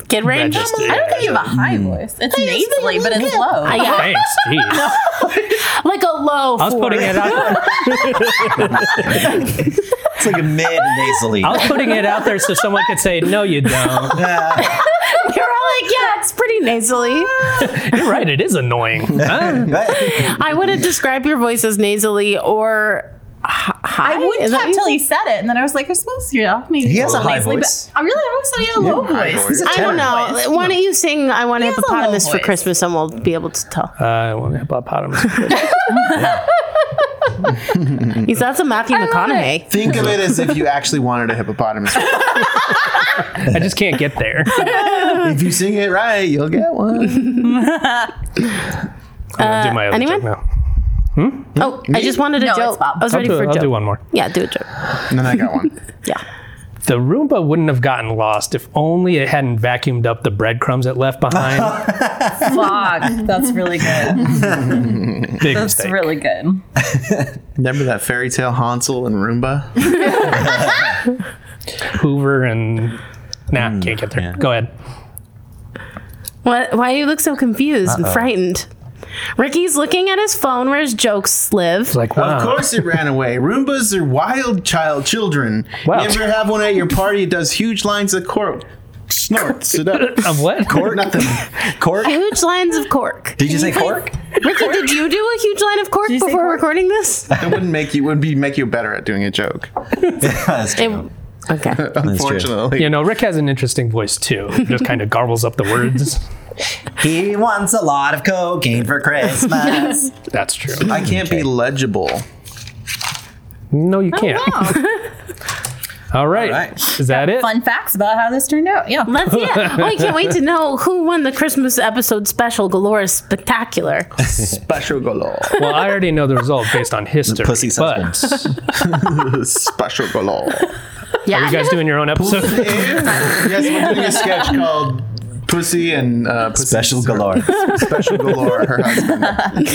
Kid range.
register.
I don't think you have a high voice. It's nasally, but it's low.
I got
Thanks, jeez.
like a low.
I was putting it out.
It's like a mid nasally.
I was putting it out there so someone could say, "No, you don't."
You're all like, yeah, it's pretty nasally.
You're right. It is annoying. Huh?
I wouldn't describe your voice as nasally or. h- High.
I would
Is that
not
what you
until he said it, and then I was like, "I suppose you're off me." He
has a high voice.
I really always thought he had a low voice.
voice.
I don't know. Why don't you sing "I Want a
has a low
Hippopotamus for
voice.
Christmas" and we'll be able to tell.
Uh, I want to hippopotamus.
He's that's a Matthew McConaughey.
Think of it as if you actually wanted a hippopotamus.
I just can't get there.
If you sing it right, you'll get one.
I'm gonna do my other
anyone?
joke now.
Oh, I just wanted a
No, it's
joke.
Bob.
I was
I'll,
ready
do,
for a
I'll
joke.
do one more.
Yeah, do a joke.
And then I got one.
Yeah.
The Roomba wouldn't have gotten lost if only it hadn't vacuumed up the breadcrumbs it left behind.
Fuck, that's really good.
Big
That's
mistake.
really good.
Remember that fairy tale Hansel and Roomba?
Hoover and nah, can't get there. Go ahead.
What, why do you look so confused and frightened? Ricky's looking at his phone where his jokes live.
It's like wow.
Of course it ran away. Roombas are wild child children.
Wow.
You ever have one at your party? It does huge lines of cork. Snorts it up.
Of what?
Nothing.
Cork?
Huge lines of cork.
Did you say cork?
Ricky, did you do a huge line of cork
you say
before
cork?
recording this?
It wouldn't make you would be make you better at doing a joke.
That's true.
It- okay.
Unfortunately.
You know, Rick has an interesting voice too. He just kind of garbles up the words.
He wants a lot of cocaine for Christmas.
That's true.
I can't be legible.
No,
Oh,
you can't. All right.
All right.
Is that it?
Fun facts about how this turned out. Yeah.
Let's yeah. Oh, I can't wait to know who won the Christmas episode special galore spectacular.
Special galore.
Well, I already know the result based on history.
pussy
but
Special galore.
Yeah.
Are you guys doing your own episode?
yes, we're doing a sketch called Pussy and uh, Pussy
Special galore.
Special Galore. Her husband.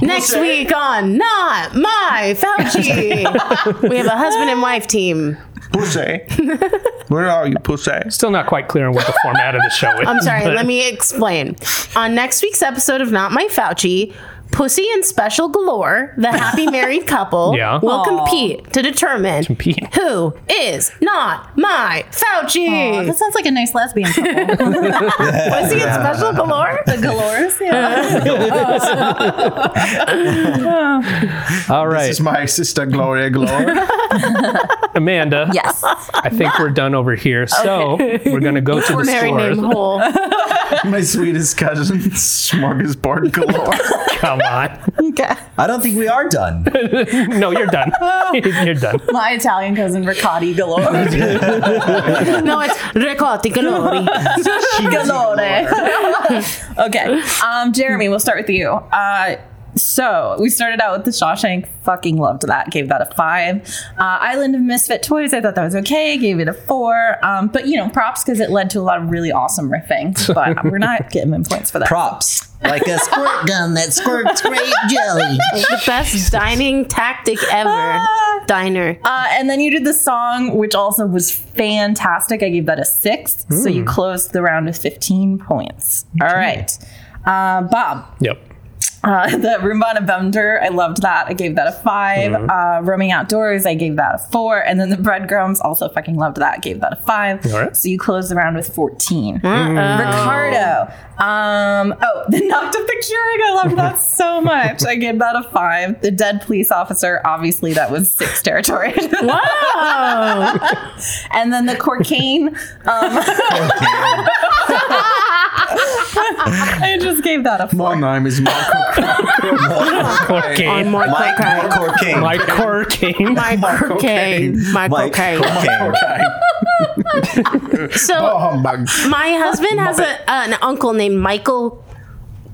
Next week on Not My Fauci, we have a husband and wife team.
Pussy. Where are you, pussy?
Still not quite clear on what the format of the show is.
I'm sorry,
but
let me explain. On next week's episode of Not My Fauci, Pussy and Special Galore, the happy married couple,
Yeah.
will compete to determine
Compete.
who is not my Fauci.
that sounds like a nice lesbian couple.
Pussy and Special Galore?
the Galores, yeah.
All right,
This is my sister Gloria Galore.
Amanda.
Yes.
I think we're done over here. So we're gonna go to the
Married name
store.
Hole.
my sweetest cousin Smorgasbord Galore.
Come on.
Okay.
I don't think we are done.
No, you're done. you're done.
My Italian cousin Ricotti Galore.
No, it's Ricotti Galore.
Galore. okay. Um, Jeremy, we'll start with you. Uh, so we started out with the Shawshank. Fucking loved that. Gave that a five. Uh, Island of Misfit Toys. I thought that was okay. Gave it a four. Um, but you know, props because it led to a lot of really awesome riffing. But we're not giving him points for that.
Props.
Like a squirt gun that squirts grape jelly.
It's the best dining tactic ever. Diner.
Uh, and then you did the song, which also was fantastic. I gave that a six. So you closed the round with 15 points. All right. Uh, Bob,
Yep.
Uh, the Roomba and a Bender, I loved that. I gave that a 5 Uh, Roaming Outdoors, I gave that a four. And then the Breadcrumbs, also fucking loved that. Gave that a five.
All right.
So you closed the round with 14. Ricardo. Um, oh, the Knocked of the Curing, I loved that so much. I gave that a five. The Dead Police Officer, obviously that was six territory.
Wow.
and then the Cocaine, um, I just gave that a four.
My name is Michael.
On
Cocaine.
more
Mike
cocaine.
Corking.
My cocaine.
My cocaine. My
Mike
cocaine. So.
Humbug.
My husband has a, an uncle named Michael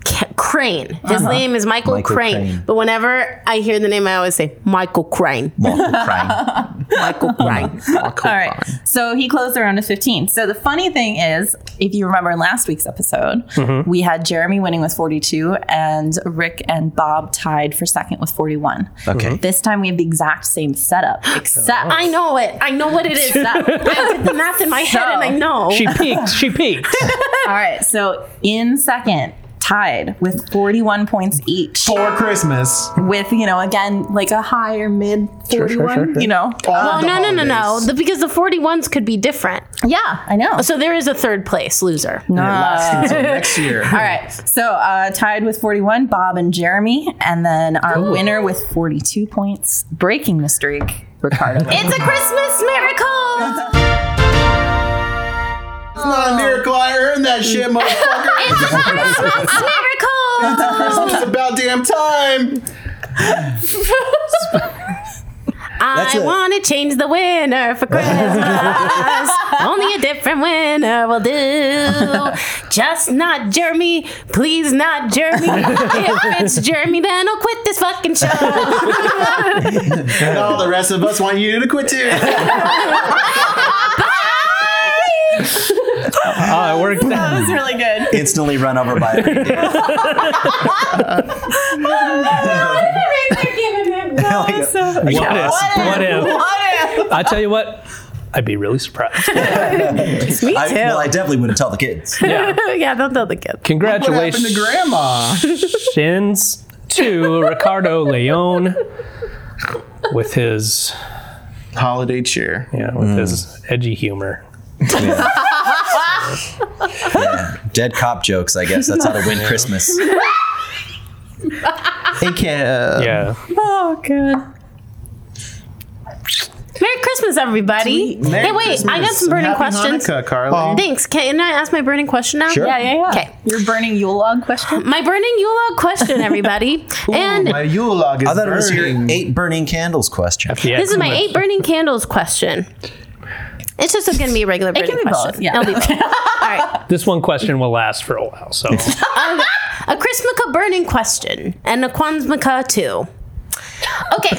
C- Crane. His name is Michael,
Michael
Crane.
Crane.
But whenever I hear the name, I always say Michael Crane.
Michael Crane.
Michael Crane.
All right. So he closed the round of 15. So the funny thing is, if you remember in last week's episode, we had Jeremy winning with 42 and Rick and Bob tied for second with 41.
Okay.
This time we have the exact same setup, except
I know it. I know what it is. I did the math in my head and I know.
She peaked. She peaked.
All right. So in second, tied with 41 points each,
For Christmas.
with, you know, again, like a higher mid 41, you know.
well, Oh, no, no, no, no. The, because the 41s could be different.
yeah, I know.
So there is a third place loser. No.
Next year.
All right. So uh, tied with 41, Bob and Jeremy. And then our winner with 42 points, breaking the streak, Ricardo.
It's a Christmas miracle.
It's not a miracle. I earned that shit, motherfucker.
It's a Christmas miracle.
it's about damn time.
That's
I
it.
want to change the winner uh, for Christmas. Only a different winner will do. Just not Jeremy. Please, not Jeremy. if it's Jeremy, then I'll quit this fucking show.
And all the rest of us want you to quit too.
Oh, it worked out.
That was really good.
Instantly run over by a reindeer. Like a-
What if? What if?
What if?
I tell you what. I'd be really surprised.
I, well, I definitely wouldn't tell the kids.
Yeah.
yeah, don't tell the kids.
Congratulations.
grandma?
Shins to Ricardo Leon with his
Holiday cheer.
yeah, with his edgy humor.
Dead cop jokes, I guess. That's how to win Christmas.
Thank
uh,
you.
Yeah.
Oh, good.
Merry Christmas, everybody. hey, wait, I got some burning questions.
Hanukkah, Carly.
Thanks. Can I ask my burning question now?
Sure.
Yeah, yeah, yeah.
Okay.
Your burning Yule log question?
My burning Yule log question, everybody. and
My Yule log is
I thought it was your
burning.
eight burning candles question.
Yeah,
This is my
too
eight burning candles question. It's just going to be a regular burning
can be
question.
both, yeah.
It'll be both. All right.
much. This one question will last for a while. So
Um, a Chrismica burning question and a Quansmica too. Okay.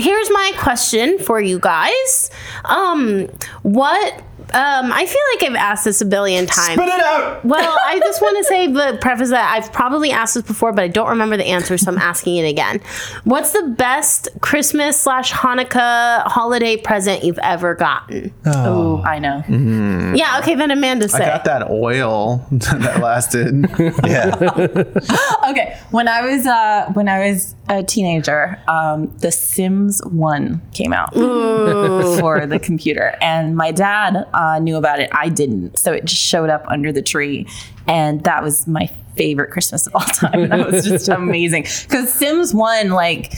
Here's my question for you guys. Um, what? Um, I feel like I've asked this a billion times.
Spit it out!
Well, I just want to say, but preface that I've probably asked this before, but I don't remember the answer, so I'm asking it again. What's the best Christmas slash Hanukkah holiday present you've ever gotten?
Ooh, Oh, I know.
Mm-hmm. Yeah, okay, then Amanda
Mm. I
say.
got that oil that lasted.
Yeah.
Okay, when I was uh, when I was a teenager, um, The Sims One came out for the computer, and my dad uh, knew about it. I didn't, so it just showed up under the tree, and that was my favorite Christmas of all time. That was just amazing because Sims One, like,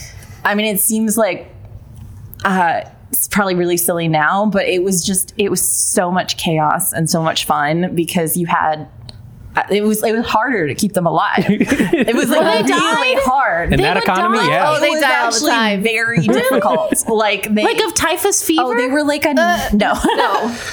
I mean, it seems like uh, it's probably really silly now, but it was just it was so much chaos and so much fun because you had uh, it was it was harder to keep them alive. it was like
they
really
died?
hard.
In
They
that
would
economy,
die.
yeah.
Oh, they
it was
die all the
actually
time.
very difficult. like they
like of typhus fever?
Oh, they were like a no, no,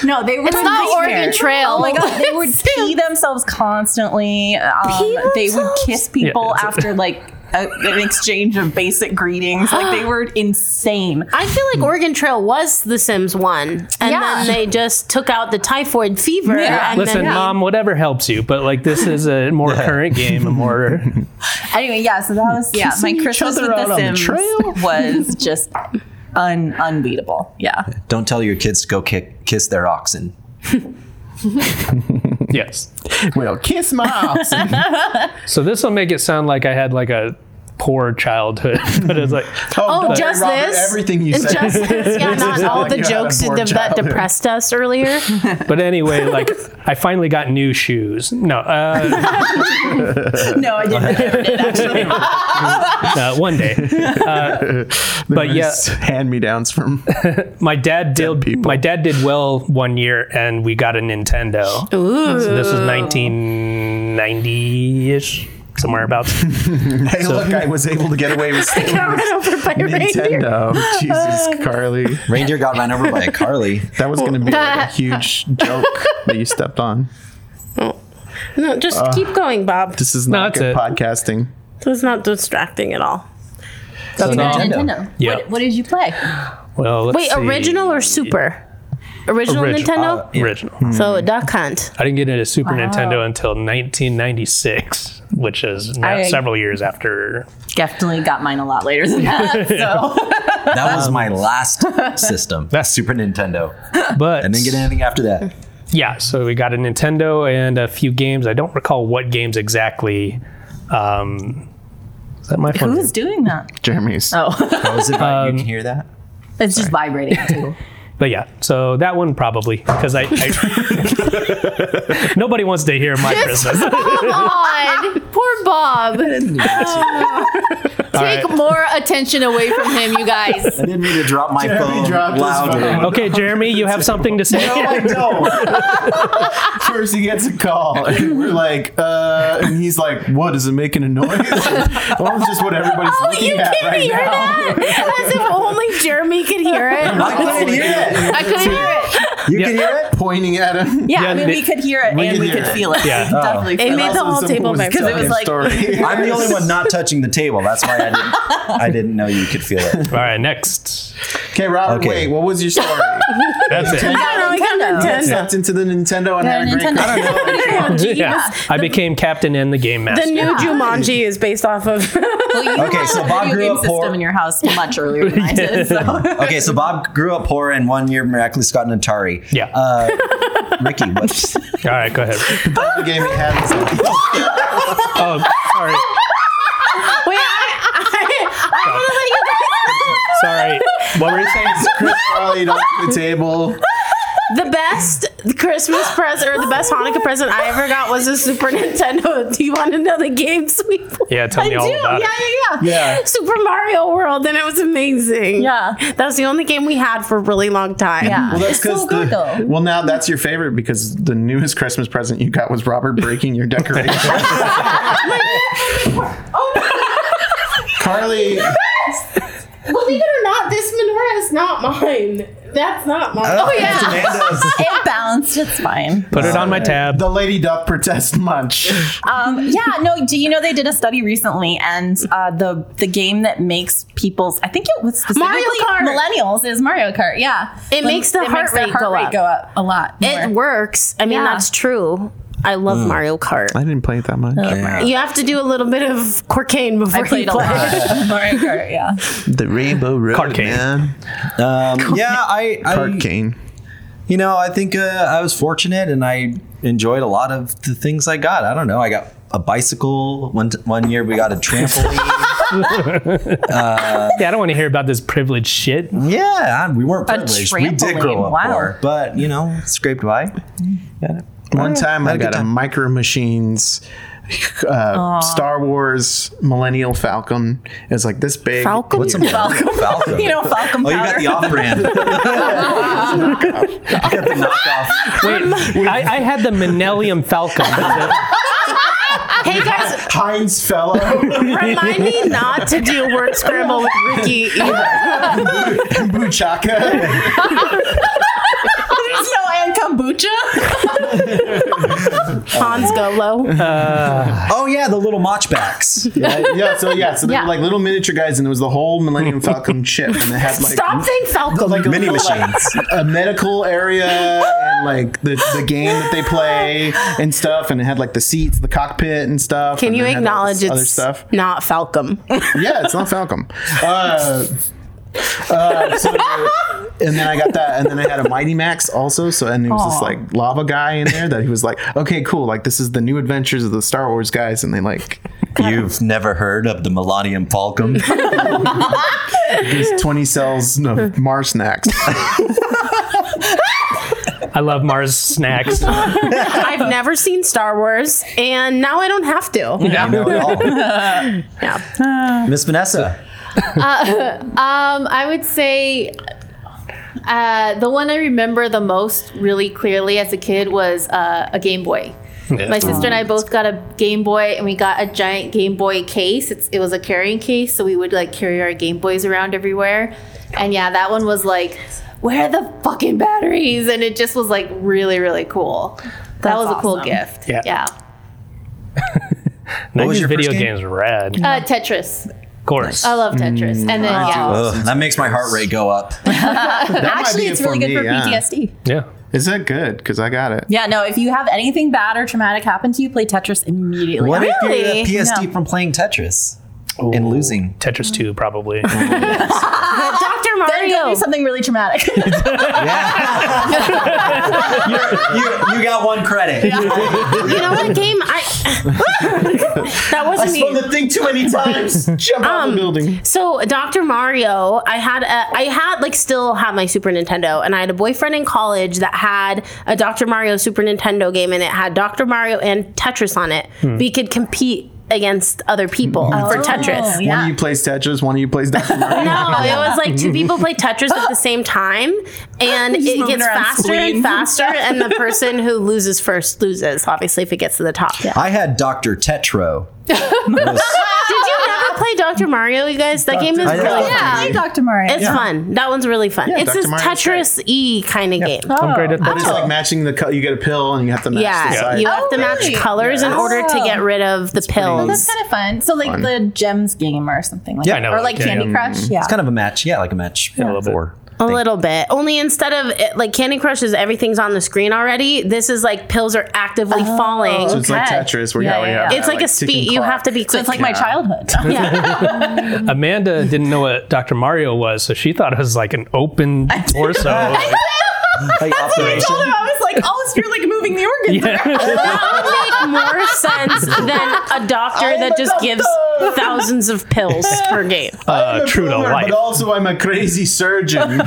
no. They were
It's not Oregon Trail.
Oh my god, they would pee themselves constantly. Um, they would kiss people
it's a-
after like a, an exchange of basic greetings. Like they were insane.
I feel like Oregon Trail was The Sims one, and
Yeah.
then they just took out the typhoid fever.
Yeah.
And
Listen,
then
mom, whatever helps you, but like this is a more current game, a more
Anyway, yeah. So that was yeah. My
each
Christmas
other
with
out
the
on the
Sims
trail.
was just un- unbeatable. Yeah.
Don't tell your kids to go kick, kiss their oxen.
yes.
well, kiss my ass.
So this will make it sound like I had like a poor childhood, but it's like
Oh,
don't
just
worry,
this?
Everything you
And
said.
just yeah, not
not
all
like
the
you had a
jokes
poor
that, that
childhood.
depressed us earlier.
But anyway, like I finally got new shoes. No, uh,
No, I didn't.
uh, one day. Uh, But yeah.
hand me downs from.
My dad did.
people.
My dad did well one year, and we got a Nintendo. Ooh. So this was 1990 ish, somewhere about.
Hey, look, I was able to get away with stealing Nintendo. Oh,
Uh,
Jesus, Carly,
Reindeer got run over by a Carly.
that was going to be like a huge joke that you stepped on.
No, just keep going, Bob.
This is not
that's it.
good podcasting.
It was not distracting at all.
That's
Nintendo.
Yeah.
What, what did you play?
Well, let's
Wait,
see.
original or super? Original,
Original.
Nintendo.
Original.
so Duck Hunt.
I didn't get into Super Nintendo until 1996, which is now
I-
several years after.
Definitely got mine a lot later than that. So
That was my last system. Um, That's Super Nintendo.
But
I didn't get anything after that.
yeah, so we got a Nintendo and a few games. I don't recall what games exactly. Um, is that my phone?
who's doing that?
Jeremy's.
Oh.
How was it? Brian? you can hear that?
It's just vibrating too.
But yeah, so that one probably because I, I nobody wants to hear my Christmas.
God, poor Bob. Take more attention away from him, you guys.
I didn't mean to drop my phone
dropped his
loudly.
phone.
Okay, Jeremy, you have something to say?
First, he gets a call, and we're like, uh, and he's like, "What is it making a noise?" well, it's just what everybody's looking
Oh, You
at
can
right
hear
now.
that, as if only Jeremy could hear
I
it.
couldn't hear it.
I couldn't hear it.
You
Yeah.
can hear it?
Pointing at him.
Yeah,
Yeah,
I mean,
they-
we could hear it and
could
we
hear
could
it.
feel it.
Yeah.
We could
Oh.
definitely
It
feel
made
it.
the whole table
Because it
vibrate.
was like,
I'm the only one not touching the table. That's why I didn't. I didn't know you could feel it.
All right, next.
Okay, Robert.
Okay.
Wait, what was your story?
That's it.
I don't know, we got Nintendo.
Stepped into the Nintendo and had a great. I don't know.
Yeah, I became captain and the game master.
The new Jumanji is based off of.
Okay, so Bob
video
grew
game
up
system
poor.
in your house much earlier than I did. So.
Okay, so Bob grew up poor and one year miraculously got an Atari.
yeah.
Uh, Ricky, what?
All right, go ahead.
The game he had was like,
Oh, sorry,
Wait, I, I, I want to let you guys
sorry. What were you saying?
Chris Farley don't to the table.
The best Christmas present or the best Hanukkah present I ever got was a Super Nintendo. Do you want to know the games we played?
Yeah, tell me all about
yeah,
it.
yeah, yeah, Super Mario World, and it was amazing.
Yeah.
that was the only game we had for a really long time.
Yeah.
Well, that's
It's so
because
good, though.
well now that's your favorite because the newest Christmas present you got was Robert breaking your decoration. Carly,
Believe it or not, this menorah is not mine. That's not mine.
Oh yeah, Amanda's.
It bounced it's it's fine.
Put it on my tab.
The lady duck protest munch.
Um, yeah, no. Do you know they did a study recently, and uh, the the game that makes people's I think it was specifically
Mario Kart.
millennials is Mario Kart. Yeah,
It makes the heart
their
rate go up.
a lot.
It
more.
works. I mean,
Yeah.
that's true. I love Mario Kart.
I didn't play it that much.
Oh.
You have to do a little bit of cocaine
I
before you
played a
play.
lot of Mario Kart. Yeah,
The Rainbow Road,
Cardcane.
man.
Um, yeah, I, I
Cardcane.
you know, I think uh, I was fortunate and I enjoyed a lot of the things I got. I don't know. I got a bicycle one one year. We got a trampoline.
Yeah, I don't want to hear about this privileged shit.
Um,
yeah, I- we weren't privileged. We did grow
trampoline,
up
wow.
poor, but you know, scraped by. Got it.
One time I got a micro machines uh, Star Wars Millennial Falcon. It's like this big.
Falcon?
What's a Falcon? Falcon.
you know, Falcon
Oh, you
powder.
got the off-brand. I got the knockoff.
Wait, I, I had the Millennium Falcon.
hey guys,
Heinz fellow.
remind me not to do word scramble with Ricky either.
Buchaka.
There's no I am kombucha.
Hans Golo.
Oh yeah, the little matchbacks.
yeah, yeah, so yeah, so they
Yeah.
were like little miniature guys, and it was the whole Millennium Falcon chip, and it had like
Stop saying Falcon.
like a
Mini
little, like,
machines.
a medical area, and like the, the game that they play and stuff, and it had like the seats, the cockpit, and stuff.
Can
and
you
it had all
acknowledge
this
it's
other stuff?
not Falcon?
yeah, it's not Falcon. Uh, uh, so- and then I got that, and then I had a Mighty Max also. So and there was this
Aw.
like lava guy in there that he was like, okay, cool, like this is the new adventures of the Star Wars guys, and they like
You've never heard of the Millennium Falcon?
these twenty cells of Mars snacks.
I love Mars snacks.
I've never seen Star Wars, and now I don't have to.
You know it all. Miss Vanessa.
Um, I would say uh, the one I remember the most really clearly as a kid was uh, a Game Boy. My sister and I both got a Game Boy, and we got a giant Game Boy case. It's, it was a carrying case, so we would like carry our Game Boys around everywhere. And yeah, that one was like, where are the fucking batteries? And it just was like really, really cool. that
That's
was a cool
awesome.
gift.
Yeah.
What was
90s
your
video
first game?
games were rad. Of
Uh, Tetris.
course.
I love Tetris. And then yeah,
Ugh, that makes my heart rate go up.
Actually, it's really good for PTSD.
Yeah.
Is that good? Because I got it.
Yeah, no. If you have anything bad or traumatic happen to you, play Tetris immediately.
What
Really?
if you get a PSD from playing Tetris and losing?
Tetris 2, probably.
Dr.
Then go
Mario.
do something really traumatic.
You, you got one credit.
You know what game? I that wasn't me.
the thing too many times. Jump out
Um,
the building.
So Dr. Mario, I had a, I had like still had my Super Nintendo, and I had a boyfriend in college that had a Dr. Mario Super Nintendo game, and it had Dr. Mario and Tetris on it.
Hmm.
We could compete against other people for
Oh.
Tetris.
yeah.
One of you plays Tetris. One of you plays Dr. Mario.
No, it was like two people play Tetris at the same time, and it
moving
gets
around
faster
spleens
and
and
faster, and the person who loses first loses. Obviously, if it gets to the top.
I had Dr. Tetro. It was-
Did you ever play Dr. Mario, you guys? That game is
I-
really
yeah.
fun.
Play Dr. Mario.
It's fun. That one's really fun. it's
Dr.
this
Mario's
Tetris E kind of game.
I'm
Oh,
great at
But it's
that.
like matching the color. You get a pill and you have to match
Yeah,
the size.
you have to match
Oh, really?
colors in order to
Oh.
get rid of the
Oh,
pills.
that's kind of fun. So like the gems game or something like
Yeah,
that.
I know
or like
that
Candy
game.
Crush. Yeah.
It's kind of a match. Yeah, like a match. Yeah,
a little bit.
a little bit. Only instead of it, like Candy Crush is everything's on the screen already. This is like pills are actively falling.
So it's like
Okay.
Tetris where
Yeah,
yeah, we
yeah,
have
yeah.
It's like, a speed. You have to be quick.
so it's like my childhood.
yeah.
Amanda didn't know what Dr. Mario was, so she thought it was like an open torso.
Like operation.
I was like, oh, if you're like moving the organs.
that would make more sense than a doctor that just gives thousands of pills per game.
uh, true to life.
But also, I'm a crazy surgeon.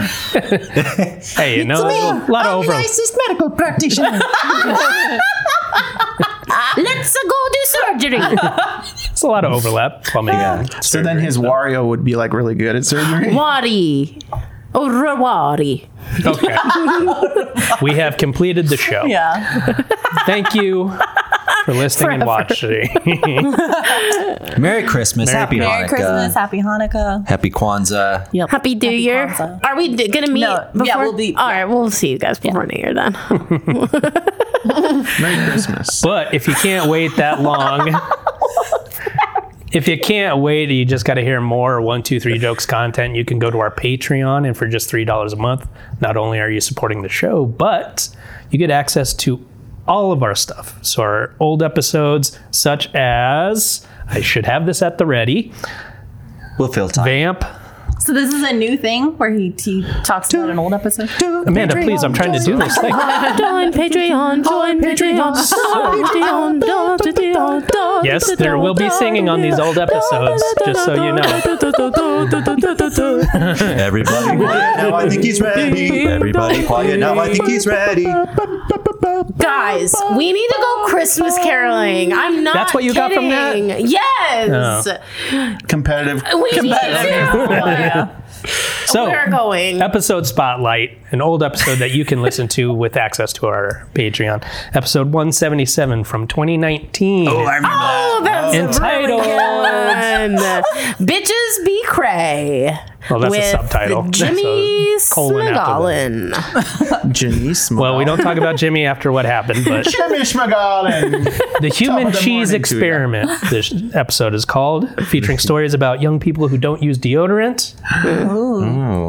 Hey, you know, a lot
Oh,
of over.
medical practitioner.
Let's uh, go do surgery.
It's a lot of overlap. Plumbing. and
so then his Wario would be like really good at surgery.
Wari. Oh, Rawari.
Okay. we have completed the show.
Yeah.
Thank you for listening and watching.
Merry Christmas. Happy
Merry
Hanukkah.
Christmas, Happy Hanukkah.
Happy Kwanzaa.
Yep.
Happy New Year.
Kwanzaa.
Are we d- gonna meet?
No, yeah,
before?
we'll be-
All right, we'll see you guys before New Year then.
Merry Christmas.
but if you can't wait that long, if you can't wait, you just got to hear more one, two, three jokes content. You can go to our Patreon, and for just three dollars a month, not only are you supporting the show, but you get access to all of our stuff. So our old episodes, such as I should have this at the ready.
We'll fill time.
Vamp,
So this is a new thing where he, he talks about an old episode.
Amanda, please, I'm trying to do this thing.
Join Patreon. Join Patreon. Patreon. da, da, da, da,
Yes,
da, da,
there will be
da,
singing on these old episodes, just so you know.
know.
Everybody quiet now. I think he's ready. Everybody quiet now. I think he's ready.
Guys, we need to go Christmas caroling. I'm not.
That's what you got from that? Oh.
kidding. Yes,
Competitive.
we need to.
So,
We're going.
episode spotlight, an old episode that you can listen to with access to our Patreon, episode 177 from 2019,
Oh, that's
entitled.
fun. Bitches be cray.
Well, that's
with
a subtitle.
Jimmy
That's a colon after that.
Smigalin.
Jenny Small.
Well, we don't talk about Jimmy after what happened, but
Jimmy Schmagalin.
the human
the
cheese
morning to you.
experiment. This episode is called, featuring stories about young people who don't use deodorant,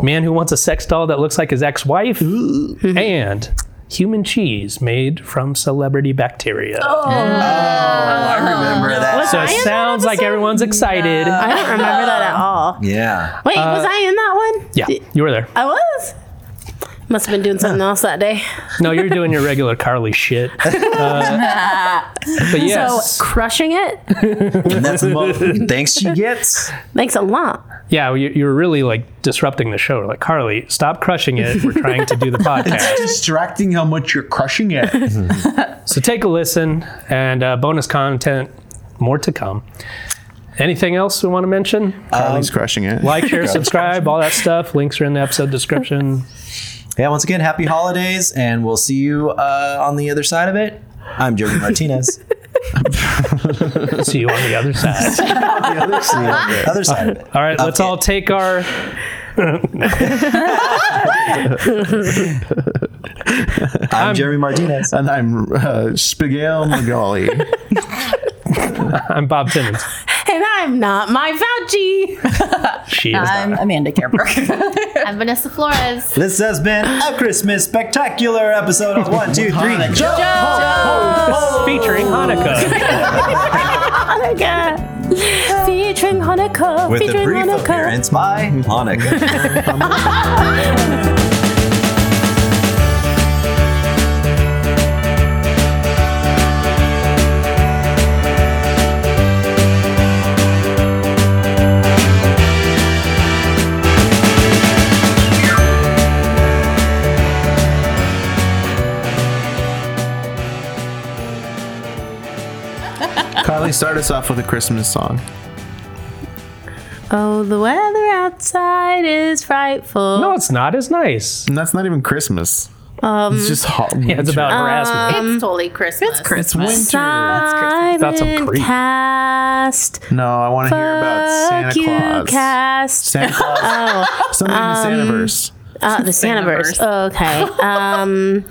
man who wants a sex doll that looks like his ex-wife, and human cheese made from celebrity bacteria.
Oh,
I remember that.
So
I
it
in that
sounds like
episode?
everyone's excited.
I don't remember that at all.
Yeah.
Wait, was I in that one?
Uh, Yeah, you were there.
I was. Must have been doing something else that day.
No, you're doing your regular Carly shit. Uh, but yes,
So crushing it.
And that's the most thanks she gets.
Thanks a lot.
yeah, you, you were really like disrupting the show. Like Carly, stop crushing it. We're trying to do the podcast.
Distracting how much you're crushing it.
so take a listen and uh, bonus content, more to come. Anything else we want to mention?
Carly's crushing it.
Like, share, subscribe, all that stuff. Links are in the episode description.
Yeah, once again, happy holidays, and we'll see you uh, on the other side of it. I'm Jody Martinez.
See you on the other side.
the other side of it. Other side of it.
All right, let's all take our.
I'm Jeremy Martinez.
and I'm uh, Spigale Magali.
I'm Bob Timmons.
And I'm not my Fauci.
She is.
I'm Amanda Kerber.
I'm Vanessa Flores.
This has been a Christmas spectacular episode of One, Two, Three. Joe.
Featuring Hanukkah.
Hanukkah. Featuring Hanukkah.
With a
featuring
brief
Hanukkah.
appearance by Hanukkah.
Carly, start us off with a Christmas song.
Oh, the weather outside is frightful.
No, it's not as nice.
And that's not even Christmas.
Um,
it's just hot.
Yeah, it's about harassment.
it's totally Christmas. It's Christmas.
it's winter.
Simon
That's some creep.
Cast.
No, I want to hear about
Fuck
Santa
you,
Claus.
cast.
Santa Claus. Something in the Santaverse.
Uh, the Santaverse. okay. Um,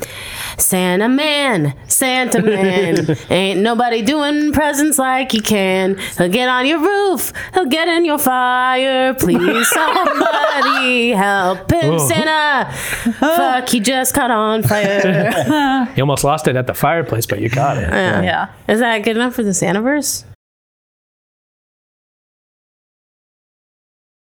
Santa Man, Santa Man. Ain't nobody doing presents like you can. He'll get on your roof. He'll get in your fire. Please, somebody help him,
Whoa.
Santa. Fuck, he just caught on fire.
You almost lost it at the fireplace, but you got it.
yeah.
Is that good enough for the Santaverse?